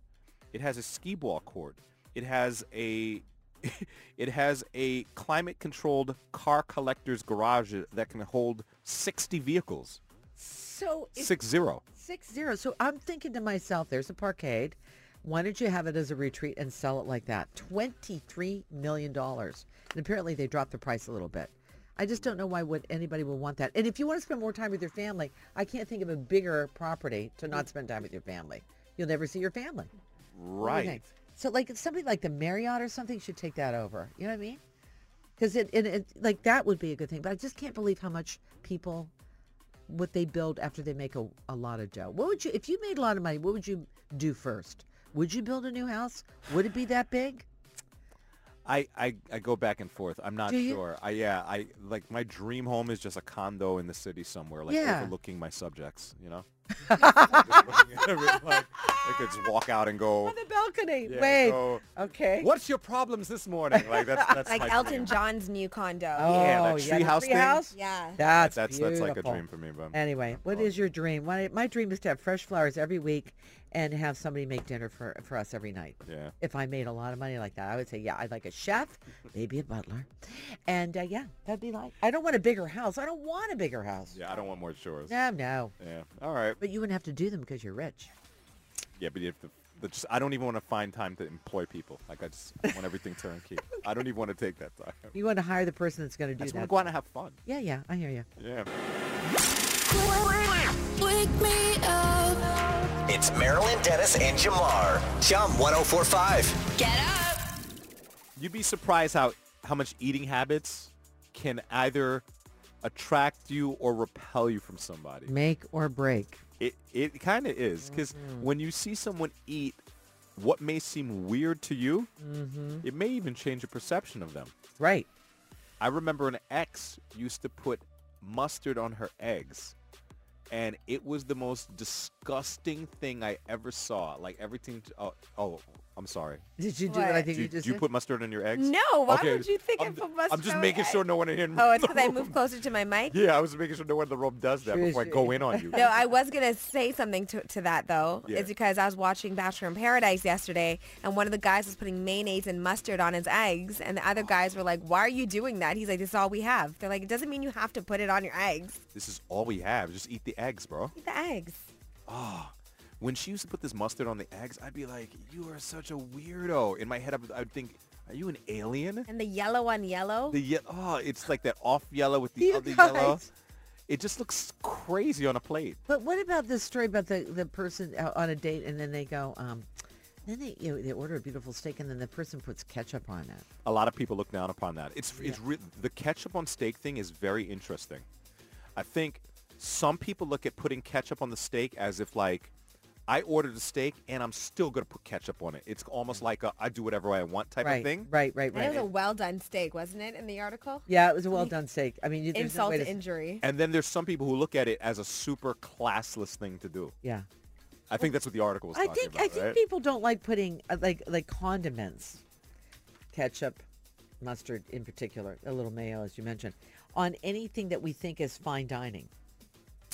It has a skee ball court. It has a [laughs] it has a climate controlled car collector's garage that can hold 60 vehicles. So it's 60. Six zero. So I'm thinking to myself, there's a parkade. Why don't you have it as a retreat and sell it like that? Twenty-three million dollars. And apparently they dropped the price a little bit. I just don't know why would anybody would want that. And if you want to spend more time with your family, I can't think of a bigger property to not spend time with your family. You'll never see your family. What do you Right. think? So like something like the Marriott or something should take that over. You know what I mean? Because it, it, it like that would be a good thing. But I just can't believe how much people what they build after they make a, a lot of dough. What would you if you made a lot of money? What would you do first? Would you build a new house? Would it be that big? I, I, I go back and forth. I'm not Do you? sure. I yeah, I like my dream home is just a condo in the city somewhere, like Yeah. overlooking my subjects, you [laughs] know? Just looking at every- like, I could just walk out and go, On the balcony. yeah, Wait. go, Okay. what's your problems this morning? Like that's [laughs] that's Like my [laughs] Elton dream. John's new condo. Oh Yeah, that yeah, the treehouse treehouse. thing? Yeah. That's that's that's like a beautiful. dream for me, but Anyway, what is your dream? My, my dream is to have fresh flowers every week and have somebody make dinner for, for us every night. yeah. If I made a lot of money like that, I would say, yeah, I'd like a chef, maybe a butler. And uh, yeah, that'd be like, I don't want a bigger house. I don't want a bigger house. Yeah, I don't want more chores. No, no. Yeah. All right. But you wouldn't have to do them because you're rich. Yeah, but if the, the just, I don't even want to find time to employ people. Like I just I want everything [laughs] turnkey. I don't even want to take that time. You want to hire the person that's going to I do just want to that. go out and have fun. yeah, yeah, I hear you. Yeah. Wake me up. It's Marilyn Dennis and Jamar. Chum 1045. Get up. You'd be surprised how how much eating habits can either attract you or repel you from somebody. Make or break. It it kind of is because Mm-hmm. when you see someone eat, what may seem weird to you, Mm-hmm. it may even change your perception of them. Right. I remember an ex used to put mustard on her eggs. And it was the most disgusting thing I ever saw. Like everything. Oh, oh I'm sorry. Did you do what I What? think Do you you, just do you did? put mustard on your eggs? No, why Okay, would you think I I'm, put mustard I'm just on making my sure no one in Oh, [laughs] [laughs] it's because I the room- moved closer to my mic. Yeah, I was making sure no one in the room does that Sure, before I sure. go in on you. No, I was gonna say something to, to that though. Yeah. It's because I was watching Bachelor in Paradise yesterday, and one of the guys was putting mayonnaise and mustard on his eggs, and the other guys were like, "Why are you doing that?" He's like, "This is all we have." They're like, "It doesn't mean you have to put it on your eggs. This is all we have. Just eat the eggs, bro. Eat the eggs." When she used to put this mustard on the eggs, I'd be like, "You are such a weirdo." In my head, I would- I'd think, "Are you an alien?" And the yellow on yellow. The ye- oh, it's like that off yellow with the You other yellow. guys. It just looks crazy on a plate. But what about this story about the, the person out on a date and then they go, um, then they you know, they order a beautiful steak and then the person puts ketchup on it. A lot of people look down upon that. It's it's re- the ketchup on steak thing is very interesting. I think some people look at putting ketchup on the steak as if like I ordered a steak and I'm still gonna put ketchup on it. It's almost like a, I do whatever I want type Mm. right, of thing. right, right, And it right. was a well done steak, wasn't it, in the article? yeah, it was a well done steak. I mean, you, there's no Insult way to to- injury. And then there's some people who look at it as a super classless thing to do. Yeah, I think that's what the article was I talking think about. I think right? people don't like putting uh, like like condiments, ketchup, mustard in particular, a little mayo as you mentioned, on anything that we think is fine dining.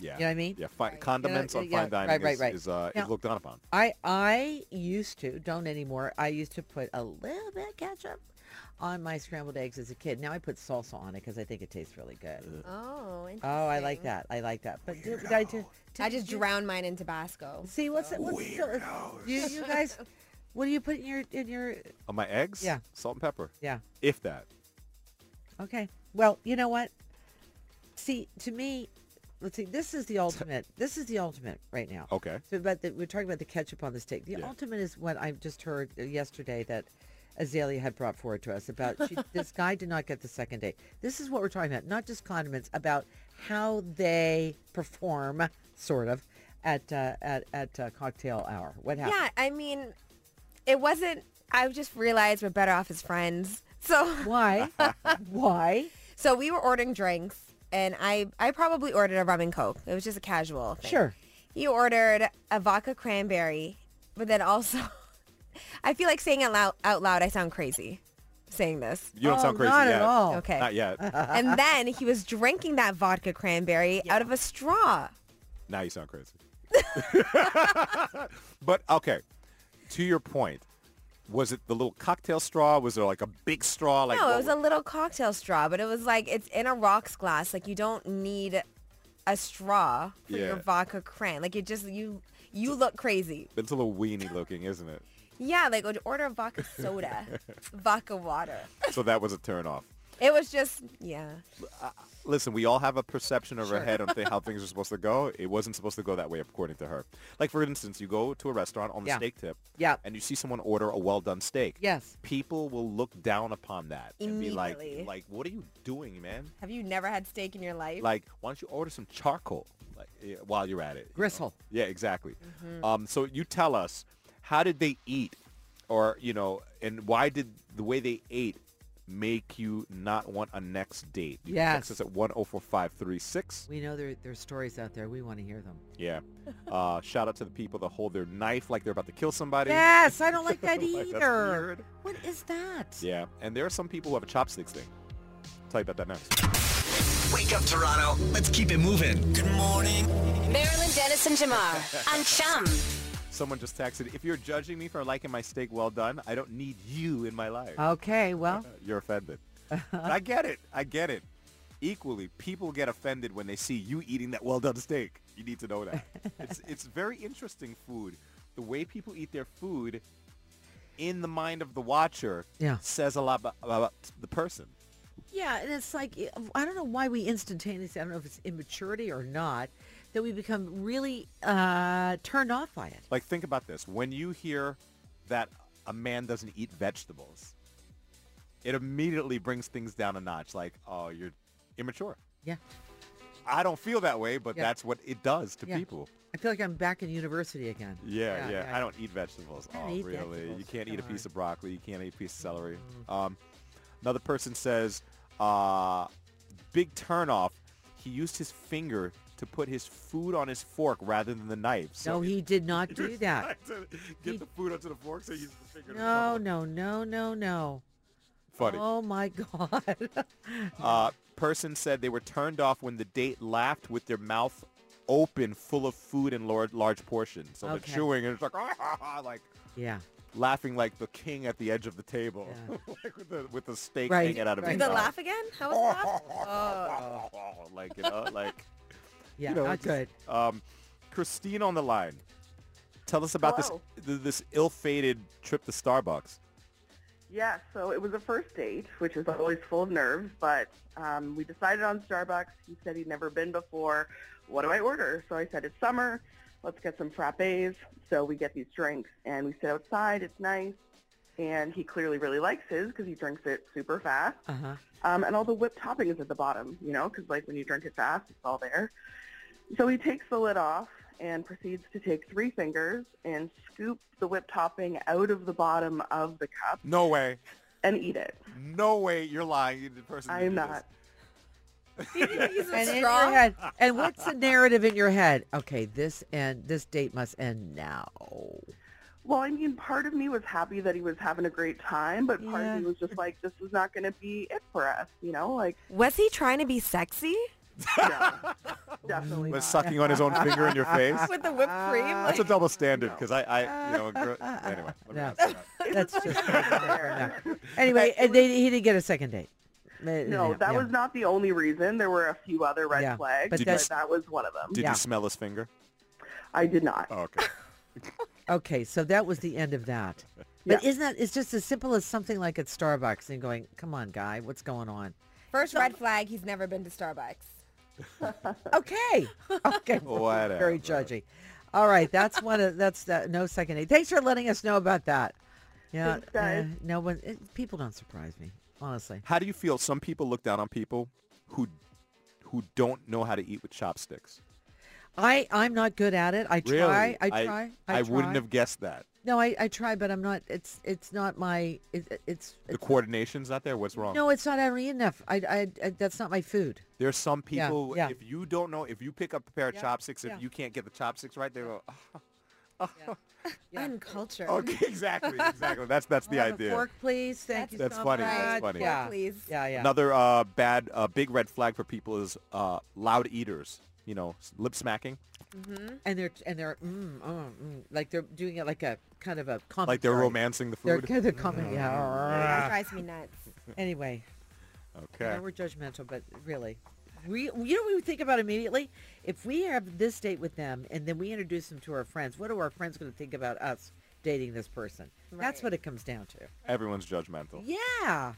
yeah. you know what I mean? Yeah, fi- condiments yeah, on yeah, fine dining right, right, is, right. is, uh, Now- is looked down upon. I I used to don't anymore. I used to put a little bit of ketchup on my scrambled eggs as a kid. Now I put salsa on it because I think it tastes really good. Oh, interesting. Oh, I like that. I like that. But did, did I do? I just drowned mine in Tabasco. See what's what's so, you, you guys? What do you put in your in your? On my eggs? Yeah. Salt and pepper. Yeah. If that. Okay. Well, you know what? See, to me, let's see. This is the ultimate. This is the ultimate right now. Okay. So, but the, we're talking about the ketchup on the steak. The Yeah. ultimate is what I just heard uh, yesterday that Azalea had brought forward to us about [laughs] she, this guy did not get the second date. This is what we're talking about, not just condiments, about how they perform, sort of, at uh, at at uh, cocktail hour. What happened? Yeah, I mean, it wasn't. I just realized we're better off as friends. [laughs] So, [laughs] Why? Why? so we were ordering drinks, and I, I probably ordered a rum and coke. It was just a casual. Thing. Sure. You ordered a vodka cranberry, but then also, [laughs] I feel like saying out loud, out loud, I sound crazy, saying this. You don't Oh, sound crazy Not yet. at all. Okay. Not [laughs] yet. and then he was drinking that vodka cranberry out of a straw. now you sound crazy. [laughs] but okay, to your point, was it the little cocktail straw? Was there like a big straw? Like No, what it was a little cocktail straw, but it was like it's in a rocks glass. Like you don't need a straw for your Yeah. vodka cran. Like it just you you look crazy. It's a little weenie looking, isn't it? [laughs] Yeah, like order a vodka soda, vodka water. So that was a turn off. It was just, yeah. Listen, we all have a perception of our head on [laughs] th- how things are supposed to go. It wasn't supposed to go that way, according to her. Like, for instance, you go to a restaurant on the Yeah. steak tip, Yeah. and you see someone order a well-done steak. Yes. People will look down upon that and be like, Immediately. like, what are you doing, man? Have you never had steak in your life? Like, why don't you order some charcoal like, yeah, while you're at it? you know? Gristle. Yeah, exactly. Um, so you tell us, how did they eat? Or, you know, and why did the way they ate make you not want a next date? You can Text Yes. us at 104536. We know there, there's stories out there. We want to hear them. Yeah. Uh, shout out to the people that hold their knife like they're about to kill somebody. Yes, I don't like that [laughs] Like, that's either. weird. What is that? Yeah. And there are some people who have a chopsticks thing. tell you about that next. Wake up, Toronto. Let's keep it moving. Good morning. Marilyn Dennis and Jamar on Chum. Someone just texted, if you're judging me for liking my steak well done, I don't need you in my life. Uh, Okay, well, You're offended. But I get it. I get it. Equally, people get offended when they see you eating that well-done steak. You need to know that. it's, it's very interesting food. The way people eat their food in the mind of the watcher Yeah. says a lot about, about the person. yeah, and it's like I don't know why we instantaneously. I don't know if it's immaturity or not that we become really uh, turned off by it. Like, think about this. When you hear that a man doesn't eat vegetables, it immediately brings things down a notch. Like, oh, you're immature. Yeah, I don't feel that way, but Yeah. that's what it does to Yeah. people. I feel like I'm back in university again. Yeah, yeah. yeah. I don't eat vegetables. I don't oh, eat really? vegetables. You can't eat a Come piece on. of broccoli. You can't eat a piece of celery. Um, another person says, uh, big turnoff. He used his finger to put his food on his fork rather than the knife. So [laughs] no, he did not do that. to he- get the food onto the fork, so he used the finger. to No, pull it. no, no, no, no. Funny. Oh my [laughs] God. Uh, person said they were turned off when the date laughed with their mouth open, full of food in large, large portions. So Okay. they're chewing and it's like, [laughs] ah, like yeah. laughing like the king at the edge of the table, Yeah. [laughs] like with the with the steak Right, hanging out of right. his the mouth. laugh again? How [laughs] was the laugh? Oh. like you know, like Yeah, you know, not just- good. Um, Christine on the line. Tell us about Hello. this th- this ill-fated trip to Starbucks. Yeah, so it was a first date, which is always full of nerves, but um, we decided on Starbucks. He said he'd never been before. What do I order? So I said, it's summer. Let's get some frappes. So we get these drinks, and we sit outside. It's nice. And he clearly really likes his because he drinks it super fast. Uh huh. Um, and all the whipped topping is at the bottom, you know, because like when you drink it fast, it's all there. So he takes the lid off and proceeds to take three fingers and scoop the whipped topping out of the bottom of the cup No way, and eat it. no way, you're lying. You're the person. I am not. You didn't use a And in straw? your head, and what's the narrative in your head? Okay, this end, this date must end now. Well, I mean, part of me was happy that he was having a great time, but part Yeah. of me was just like, this is not going to be it for us, you [laughs] know? Like, Was he trying to be sexy? no, definitely Was not. sucking on his own finger [laughs] in your face. With the whipped cream? That's Uh, Like, a double standard because I, I, you know, [laughs] gr- anyway. let me No. not say that. [laughs] That's just [laughs] No. anyway. And they, he didn't get a second date. No, that was not the only reason. There were a few other red Yeah, flags, but but, that's- that was one of them. Did Yeah. you smell his finger? I did not. Oh, okay. okay. So that was the end of that. But isn't that? It's just as simple as something like at Starbucks and going, "Come on, guy, what's going on?" First red flag, he's never been to Starbucks. [laughs] Okay. Okay. Whatever. [laughs] Very judgy. All right. That's one of that's that. No second date. Thanks for letting us know about that. Yeah. Thanks, guys. uh, no one. It, people don't surprise me, honestly. How do you feel? Some people look down on people who who don't know how to eat with chopsticks. I I'm not good at it. I try. I I, try. I, I try. wouldn't have guessed that. No, I, I try, but I'm not. It's it's not my. It, it- it's, The it's coordination's not there. What's wrong? no, it's not ever enough. I, I I that's not my food. There's some Yeah, people. yeah. If you don't know, if you pick up a pair of chopsticks, if yeah. you can't get the chopsticks right, they [laughs] go. "Ah, Uncultured. Okay, exactly, exactly. That's that's [laughs] the I'll have a idea. fork, please. Thank you. That's so funny, that's much. funny. Yeah. Fork, please. Yeah, yeah. Another uh, bad, uh, big red flag for people is uh, loud eaters. You know, s- lip smacking, And they're and they're mm, oh, mm, like they're doing it like a kind of a comedy. like they're romancing the They're food. Mm. they're comedy. Yeah. Ah. That drives me nuts. Anyway, I Okay. know we're judgmental, but really, we you know what we would think about immediately if we have this date with them and then we introduce them to our friends. What are our friends going to think about us dating this person? That's Right. what it comes down to. Everyone's judgmental. Yeah.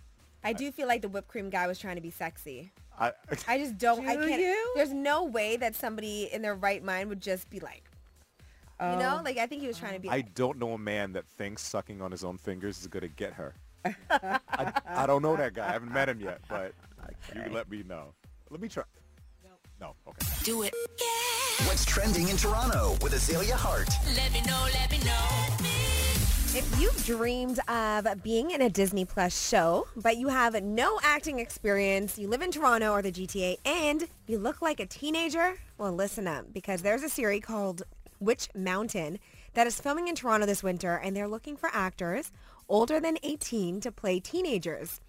I do feel like the whipped cream guy was trying to be sexy. I, I just don't. I Do can't. you? There's no way that somebody in their right mind would just be like, you Oh. know, like I think he was trying to be. I like, don't know a man that thinks sucking on his own fingers is going to get her. I, I don't know that guy. I haven't met him yet, but you let me know. Let me try. No. Okay. Do it. What's trending in Toronto with Azalea Hart? Let me know, let me know. if you've dreamed of being in a Disney Plus show, but you have no acting experience, you live in Toronto or the GTA, and you look like a teenager, well, listen up because there's a series called Witch Mountain that is filming in Toronto this winter, and they're looking for actors older than 18 to play teenagers.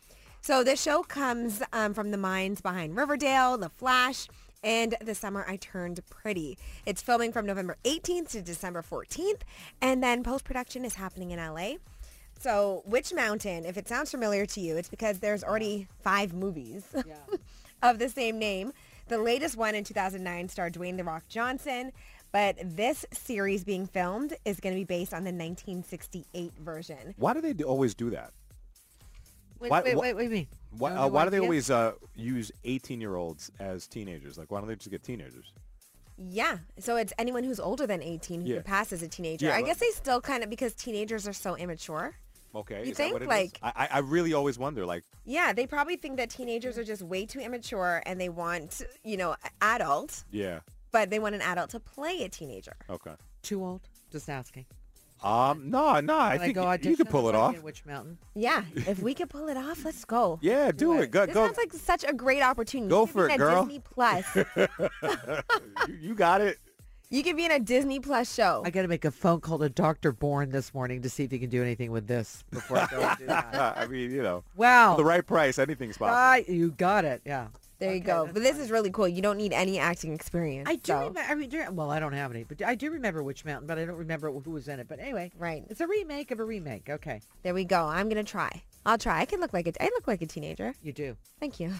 So this show comes um, from the minds behind Riverdale, The Flash, and The Summer I Turned Pretty. It's filming from November 18th to December 14th, and then post-production is happening in LA. So Witch Mountain, if it sounds familiar to you, it's because there's already five movies [laughs] of the same name. The latest one in 2009 starred Dwayne The Rock Johnson, but this series being filmed is going to be based on the 1968 version. Why do they do- always do that? Wait, Why- wait, wh- wait, what do you mean? Why, No, uh, no why do they idea. always uh, use 18-year-olds as teenagers? Like, why don't they just get teenagers? Yeah. So it's anyone who's older than 18 who Yeah. could pass as a teenager. Yeah, I right. guess they still kind of, because teenagers are so immature. Okay. You is that think, what it is? like- I, I- I really always wonder, like, Yeah, they probably think that teenagers are just way too immature and they want, you know, a- adult, yeah, but they want an adult to play a teenager. okay. Too old? Just asking. Um, no, no, I Can think oh, I go y- audition? you could pull I it wanna off. be in Witch Mountain. [laughs] Yeah, if we could pull it off, let's go. Yeah, do it. Go, This go. sounds like such a great opportunity. Go You could be for it, in a girl. Disney Plus. [laughs] you, you got it. you could be in a Disney Plus show. I got to make a phone call to Dr. Bourne this morning to see if he can do anything with this before I go and [laughs] do that. Uh, I mean, you know, Wow. the right price, anything's possible. Ah, you got it. Yeah. There you go. But this is really cool. You don't need any acting experience. I do so- remember. I mean, do- well, I don't have any, but I do remember Witch Mountain, but I don't remember who was in it. But anyway, Right. It's a remake of a remake. Okay, There we go. I'm gonna try. I'll try. I can look like a. I look like a teenager. you do. Thank you.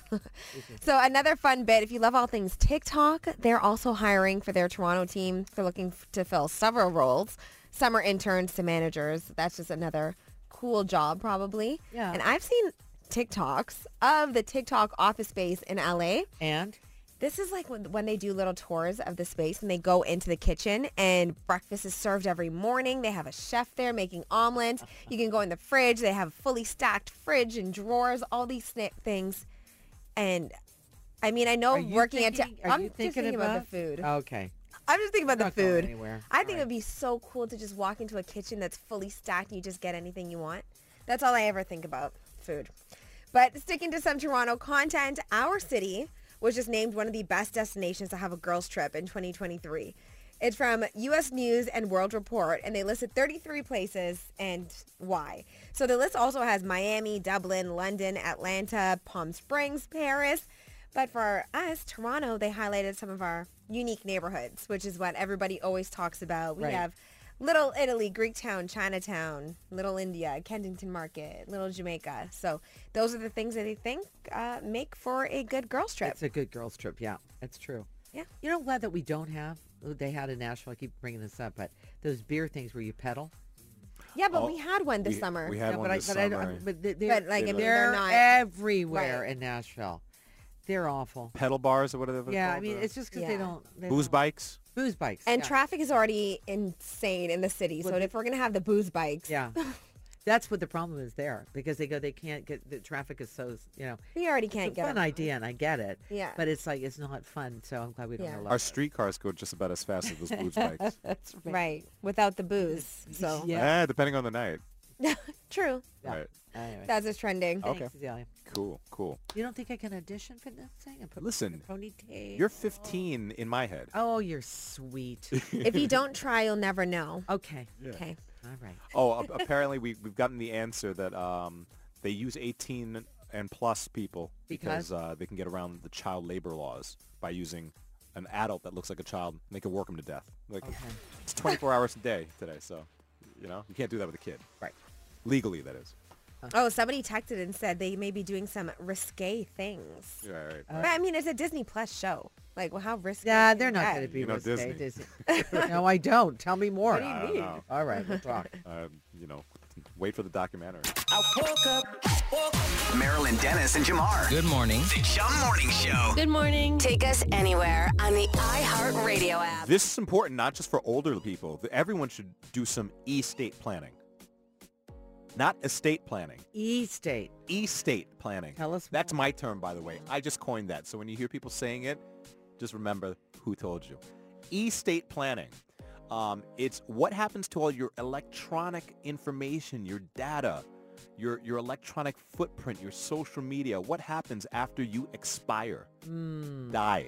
so another fun bit. If you love all things TikTok, they're also hiring for their Toronto team. They're looking f- to fill several roles, summer interns to managers. That's just another cool job, probably. Yeah. And I've seen TikToks of the TikTok office space in LA. And This is like when, when they do little tours of the space and they go into the kitchen and breakfast is served every morning. They have a chef there making omelets. You can go in the fridge. They have fully stacked fridge and drawers, all these sna- things. And I mean, I know are you working at... thinking, T- are I'm you just thinking about the food. Okay, I'm just thinking about the not going food. anywhere. I think it would be so cool to just walk into a kitchen that's fully stacked and you just get anything you want. That's all I ever think about, food. But sticking to some Toronto content, our city was just named one of the best destinations to have a girls trip in 2023. It's from US News and World Report and they listed 33 places and why. So the list also has Miami, Dublin, London, Atlanta, Palm Springs, Paris, but for us, Toronto, they highlighted some of our unique neighborhoods, which is what everybody always talks about. We Right. have Little Italy, Greektown, Chinatown, Little India, Kensington Market, Little Jamaica. So those are the things that they think uh, make for a good girls trip. it's a good girls' trip. Yeah, that's true. Yeah. You know, I'm glad that we don't have. They had in Nashville. I keep bringing this up, but those beer things where you pedal. yeah, but Oh, we had one this we, summer. We had Yeah, one but this I, but I summer. don't. But they- they're, but like, They they're, I mean, they're not. everywhere Right. in Nashville. They're awful. Pedal bars or whatever. they're Yeah, I called, mean, uh, it's just because they Yeah. don't. They booze don't- bikes. Booze bikes. and yeah. traffic is already insane in the city. So Well, if we're gonna have the booze bikes, Yeah. [laughs] That's what the problem is there because they go, they can't get, the traffic is so, you know, we already it's can't a get fun them. idea and I get it. Yeah. But it's like, it's not fun. So I'm glad we don't Yeah. have a Our lot. streetcars go just about as fast as [laughs] those booze bikes. That's Right, without the booze. So Yeah. Eh, depending on the night. true. Yeah. Right. Anyway. That's [laughs] what's trending. Okay. Thanks, Azalea. Cool. Cool. You don't think I can audition for this thing? And put Listen, my ponytail. You're 15 in my head. Oh, [laughs] you're sweet. If you don't try, you'll never know. okay. Okay. All right. Oh, [laughs] ap- apparently we we've gotten the answer that um they use 18 and plus people because, Because? uh, they can get around the child labor laws by using an adult that looks like a child. And they can work them to death. Like it's 24 hours a day today, so you know you can't do that with a kid. Right. Legally, that is. Oh, somebody texted and said they may be doing some risque things. Yeah, right. But I mean, it's a Disney Plus show. Like, well, how risky? Yeah, can they're you not get? going to be You know risque, [laughs] Disney. Disney. no, I don't. Tell me more. I don't know. [laughs] All right, we'll talk. Uh, Um, you know, Wait for the documentary. Marilyn Dennis and Jamar. Good morning. The Chum Morning Show. Good morning. Take us anywhere on the iHeartRadio app. This is important not just for older people. Everyone should do some estate planning. Not estate planning. E-state. estate planning. Tell us That's more. my term, by the way. I just coined that. So when you hear people saying it, just remember who told you. Estate planning. Um, it's what happens to all your electronic information, your data, your, your electronic footprint, your social media. What happens after you expire, Hmm. die?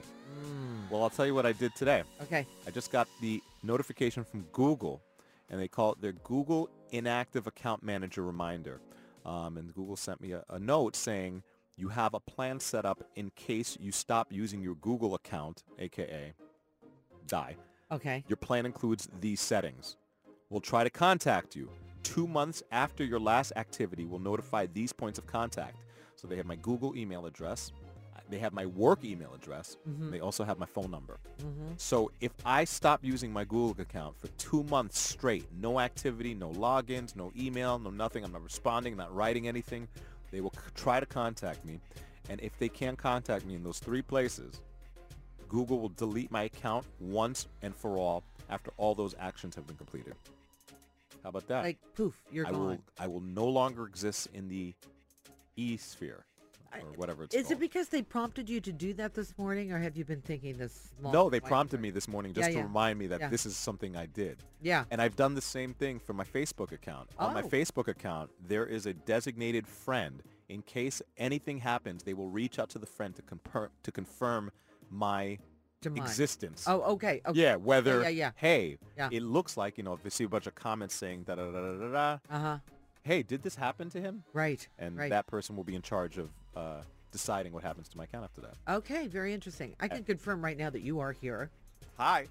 Well, I'll tell you what I did today. Okay. I just got the notification from Google, and they call it their Google Inactive Account Manager Reminder. Um, and Google sent me a, a note saying, you have a plan set up in case you stop using your Google account, aka die. Okay. Your plan includes these settings. We'll try to contact you. Two months after your last activity, we'll notify these points of contact. So they have my Google email address. They have my work email address. and They also have my phone number. Mm-hmm. So if I stop using my Google account for two months straight, no activity, no logins, no email, no nothing, I'm not responding, not writing anything, they will c- try to contact me. And if they can't contact me in those three places, Google will delete my account once and for all after all those actions have been completed. How about that? Like poof, you're I gone. will I will no longer exist in the e sphere or I- whatever it's Is called. it because they prompted you to do that this morning, or have you been thinking this? Long no, they while? prompted me this morning just Yeah, to yeah. remind me that Yeah. this is something I did. Yeah. And I've done the same thing for my Facebook account. On my Oh. Facebook account, there is a designated friend. In case anything happens, they will reach out to the friend to confirm to confirm my Demise. existence. Oh, okay. okay. Yeah, whether yeah, yeah. hey, Yeah. it looks like you know if they see a bunch of comments saying da da da da da, da Uh huh. hey, did this happen to him? Right. And right. that person will be in charge of uh, deciding what happens to my account after that. Okay. Very interesting. I can confirm right now that you are here, Hi.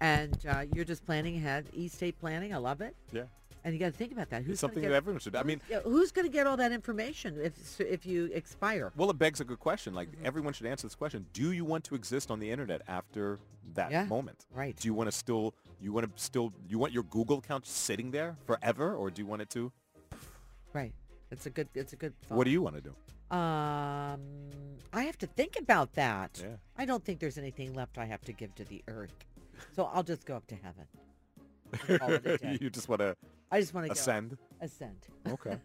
and uh, you're just planning ahead. E-state planning. I love it. Yeah. And you got to think about that. Who's It's something gonna that get, everyone should. I mean, yeah, who's going to get all that information if if you expire? well, it begs a good question. Like Mm-hmm. everyone should answer this question: Do you want to exist on the internet after that Yeah, moment? right. Do you want to still? You want to still? You want your Google account sitting there forever, or do you want it to? Right. It's a good. It's a good. Thought. What do you want to do? Um, I have to think about that. Yeah. I don't think there's anything left I have to give to the earth, so I'll just go up to heaven. and call it a day. [laughs] you just want to I just want to ascend. Go. Ascend. [laughs] Okay.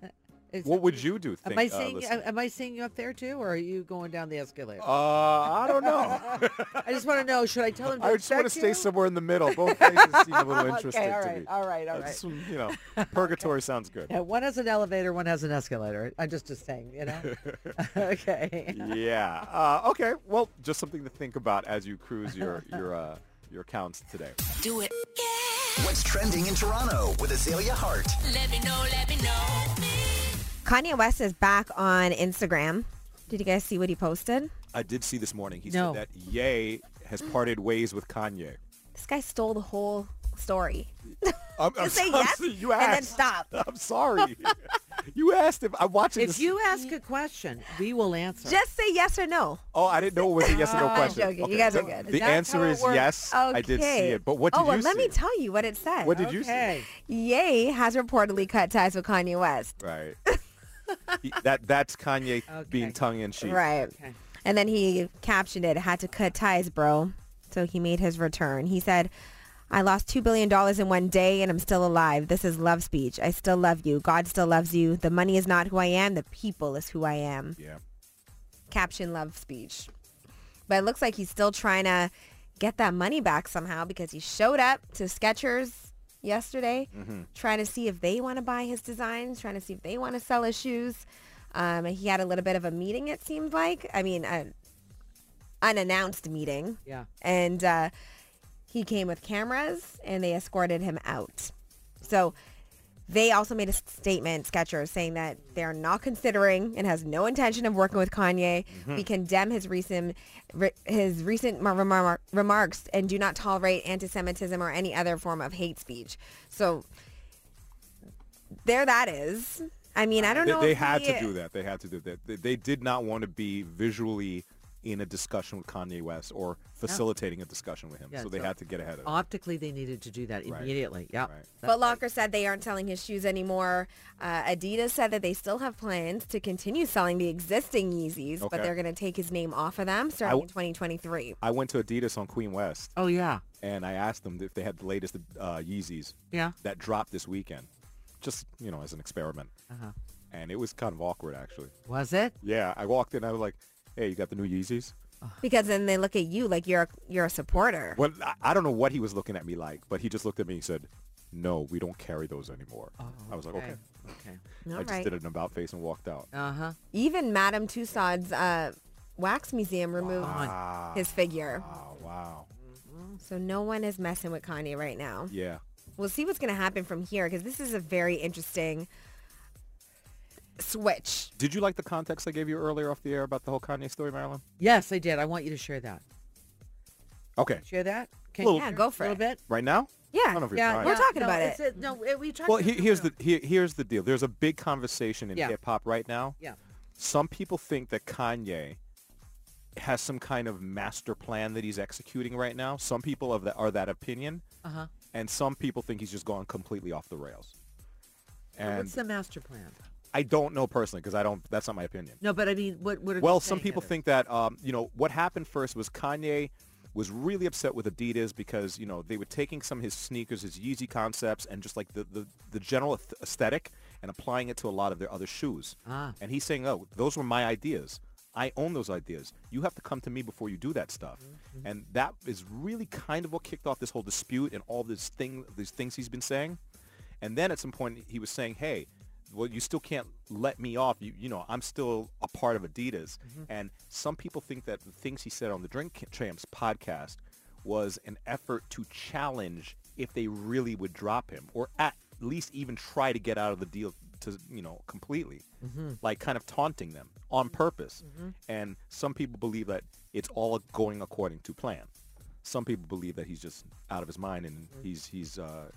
Is- What would you do? Think, am I uh, seeing? listening? am I seeing you up there too, or are you going down [laughs] the escalator? Uh, I don't know. [laughs] I just want to know. Should I tell him? To I just want to want stay somewhere in the middle. [laughs] Both places seem a little interesting okay. All to right. me. All right. All Uh, right. this one, [laughs] you know, purgatory sounds good. Yeah, one has an elevator, one has an escalator. I'm just just saying, [laughs] you know. [laughs] okay. Yeah. Uh, okay. Well, just something to think about as you cruise your your uh, your accounts today. Do it. What's trending in Toronto with Azalea Hart? Let me know, let me know. Kanye West is back on Instagram. Did you guys see what he posted? I did see this morning. He No. said that Ye has parted ways with Kanye. This guy stole the whole [laughs] story. I'm, [laughs] I'm Just say sorry, yes you and then asked. stop. I'm sorry. [laughs] you asked if I'm watching. If this- you ask a question, we will answer. Just say yes or no. oh, I didn't know it was a yes or [laughs] no I'm question. joking. You guys are so good. The That's how answer it is works. yes. I did see Okay. it, but what did oh, you well, let see? me tell you what it said. What did you see? okay. Ye has reportedly cut ties with Kanye West. [laughs] Right. He- that that's Kanye being Okay. tongue in cheek. Right. Okay. And then he captioned it, had to cut ties, bro. So he made his return. He said, I lost $2 billion in one day and I'm still alive. This is love speech. I still love you. God still loves you. The money is not who I am. The people is who I am. Yeah. Caption love speech. But it looks like he's still trying to get that money back somehow because he showed up to Skechers yesterday trying to see if they want to buy his designs, trying to see if they want to sell his shoes. Um, he had a little bit of a meeting, it seemed like. I mean, an unannounced meeting. Yeah. And uh, he came with cameras and they escorted him out. So they also made a s- statement, Skechers, saying that they're not considering and has no intention of working with Kanye. Mm-hmm. We condemn his recent re- his recent mar- remar- remarks and do not tolerate anti-Semitism or any other form of hate speech. So there, that is. I mean, I don't They, know. they if had he- to do that. They had to do that. They, they did not want to be visually in a discussion with Kanye West or facilitating a discussion with him. Yeah, so they so- had to get ahead of it. Optically, they needed to do that Right. immediately. Yeah. Right. But Locker said they aren't selling his shoes anymore. Uh, Adidas said that they still have plans to continue selling the existing Yeezys, but Okay. they're going to take his name off of them starting I- in 2023. I went to Adidas on Queen West Oh yeah. and I asked them if they had the latest uh, Yeezys Yeah. that dropped this weekend, just, you know, as an experiment. Uh-huh. And it was kind of awkward, actually. Was it? Yeah, I walked in. I was like, hey, you got the new Yeezys? Because then they look at you like you're a, you're a supporter. Well, I, I don't know what he was looking at me like, but he just looked at me and said, no, we don't carry those anymore. I was like, okay. Okay. Oh, All I just right. did an about face and walked out. Uh huh. Even Madame Tussaud's uh, wax museum removed Ah, his figure. wow, wow. So no one is messing with Kanye right now. Yeah. We'll see what's going to happen from here because this is a very interesting switch. Did you like the context I gave you earlier off the air about the whole Kanye story, Marilyn? Yes, I did. I want you to share that. Okay. Share that. Can Little- Yeah, go for a it. little bit. Right now? I Yeah. don't know if you're Yeah, trying. We're yeah. talking No, about it's it. a- no, it- we talked Well, about he, it here's the earlier. here, here's the deal. There's a big conversation in Yeah. hip hop right now. Yeah. Some people think that Kanye has some kind of master plan that he's executing right now. Some people of that are that opinion, Uh huh. and some people think he's just gone completely off the rails. And What's the master plan? I don't know personally because I don't. That's not my opinion. No, but I mean, what? What? Are they Well, some saying people in it? think that um, you know what happened first was Kanye was really upset with Adidas because you know they were taking some of his sneakers, his Yeezy concepts, and just like the the, the general ath- aesthetic and applying it to a lot of their other shoes. Ah. And he's saying, "Oh, those were my ideas. I own those ideas. You have to come to me before you do that stuff." And that is really kind of what kicked off this whole dispute and all this thing these things he's been saying. And then at some point he was saying, "Hey, well, you still can't let me off. You, you know, I'm still a part of Adidas." And some people think that the things he said on the Drink Champs podcast was an effort to challenge if they really would drop him, or at least even try to get out of the deal to you know completely, like kind of taunting them on purpose. And some people believe that it's all going according to plan. Some people believe that he's just out of his mind and he's he's uh,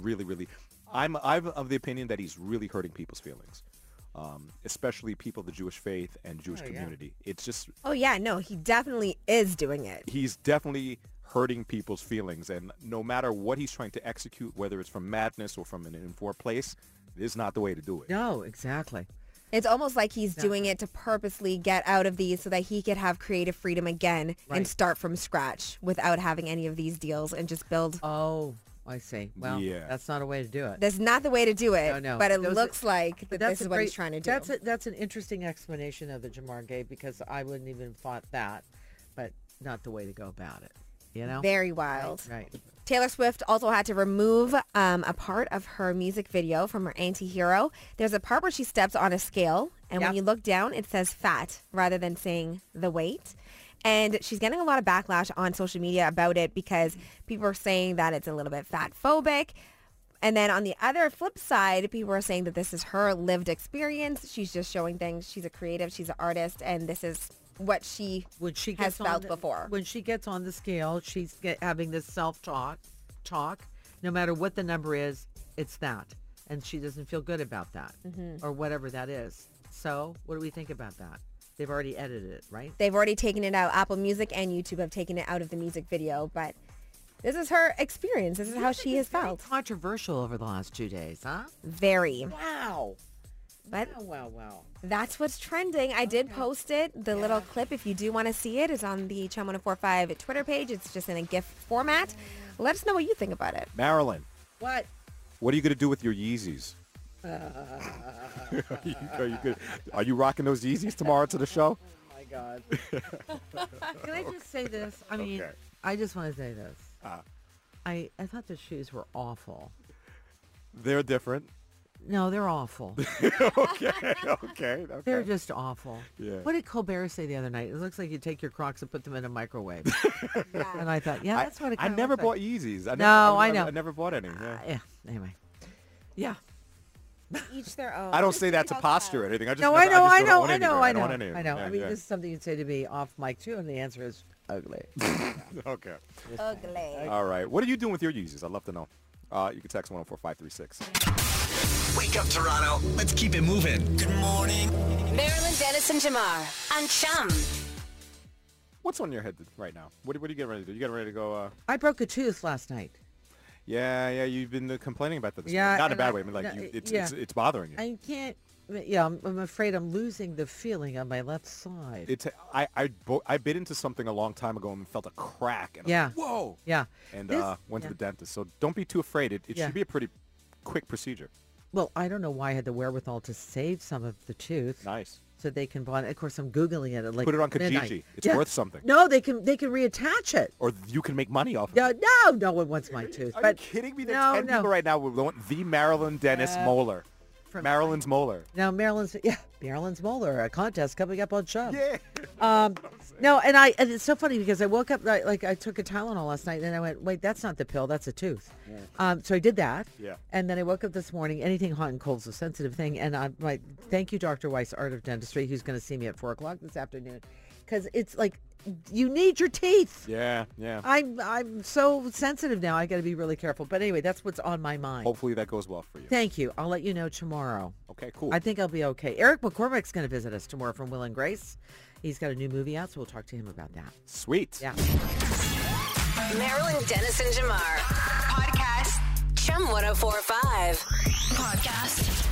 really really. I'm I'm of the opinion that he's really hurting people's feelings, um, especially people of the Jewish faith and Jewish Oh, yeah. community. It's just Oh, yeah. No, he definitely is doing it. he's definitely hurting people's feelings and no matter what he's trying to execute whether it's from madness or from an informed place is not the way to do it No, exactly. It's almost like he's Exactly. doing it to purposely get out of these so that he could have creative freedom again Right. and start from scratch without having any of these deals and just build. Oh, I see. Well, Yeah. that's not a way to do it. That's not the way to do it, No, no. but it Those- looks like But that this a is what he's great- trying to do. That's a, that's an interesting explanation of it, Jamar gave because I wouldn't even have thought that, but not the way to go about it. You know, Very wild. right? Taylor Swift also had to remove um, a part of her music video from her anti-hero. There's a part where she steps on a scale, and when Yeah. you look down, it says fat rather than saying the weight. And she's getting a lot of backlash on social media about it because people are saying that it's a little bit fat phobic. And then on the other flip side, people are saying that this is her lived experience. She's just showing things. She's a creative. She's an artist. And this is what she When she has gets on felt the- before. when she gets on the scale, she's get, having this self talk, talk. No matter what the number is, it's that, and she doesn't feel good about that, Mm-hmm. or whatever that is. So, what do we think about that? They've already edited it, right? They've already taken it out. Apple Music and YouTube have taken it out of the music video, but this is her experience. This is how she has Very felt. controversial over the last two days, huh? Very. Wow! But Wow! Wow! Wow! that's what's trending. I did post it. The little clip, if you do want to see it, is on the Chum 1045 Twitter page. It's just in a GIF format. Let us know what you think about it. marilyn What? what are you going to do with your yeezys are, you, [laughs] are, you good, are you rocking those yeezys tomorrow to the show Oh my God. [laughs] Can I just say this? I mean, Okay. I just want to say this. I, I thought the shoes were awful. they're different No, they're awful. [laughs] okay okay They're just awful. Yeah. What did Colbert say the other night? It looks like you take your Crocs and put them in [laughs] a microwave. And I thought, yeah, I- that's what it I, kinda never looks bought like. yeezys I never, No, I never- know. i never bought any yeah. Uh, yeah. Anyway. Yeah. Each their own. i don't say that to posture or anything i just No, I never- know, I just don't own know, I any, know, bro. I don't know, want any. I know. Yeah, I mean, yeah. this is something you'd say to me off mic too, and the answer is ugly. [laughs] okay Ugly. all right what are you doing with your yeezys i'd love to know uh, you can text 104536 Wake up, Toronto. Let's keep it moving. Good morning. Marilyn Dennis and Jamar on Chum. What's on your head right now? What, what are you getting ready to do? You getting ready to go? Uh, I broke a tooth last night. yeah, yeah. You've been uh, complaining about that. This Yeah, morning. not in a and bad I- way. I mean, like, no, you, it- it's, yeah. it's it's bothering you. I can't. Yeah, I'm, I'm afraid I'm losing the feeling on my left side. it's I I bo- I bit into something a long time ago and felt a crack. And I'm Yeah. like, Whoa. yeah. And This- uh, went yeah. to the dentist. So don't be too afraid. It, it Yeah. should be a pretty quick procedure. Well, I don't know why I had the wherewithal to save some of the tooth. Nice. So they can bond. Of course, I'm googling it. At like Put it on midnight. Kijiji. It's worth something. No, they can they can reattach it. Or you can make money off of No, it. no, no one wants my tooth. Are but you kidding me? There's no, 10 no. people right now who want the Marilyn Dennis molar. From- Marilyn's molar. Now Maryland's yeah, Maryland's Molar, a contest coming up on Chum. Yeah. [laughs] No, and I and it's so funny because I woke up like, like I took a Tylenol last night and I went, wait, that's not the pill, that's a tooth. Um, so I did that. Yeah. And then I woke up this morning. Anything hot and cold's a sensitive thing, and I'm like, thank you, Dr. Weiss, Art of Dentistry, who's going to see me at four o'clock this afternoon, because it's like you need your teeth. Yeah, yeah. I'm I'm so sensitive now. I got to be really careful. But anyway, that's what's on my mind. Hopefully that goes well for you. Thank you. I'll let you know tomorrow. Okay, cool. I think I'll be okay. Eric McCormick's going to visit us tomorrow from Will and Grace. He's got a new movie out, so we'll talk to him about that. Sweet. Yeah. Marilyn oh Dennis and Jamar. Podcast. Chum 1045. Podcast.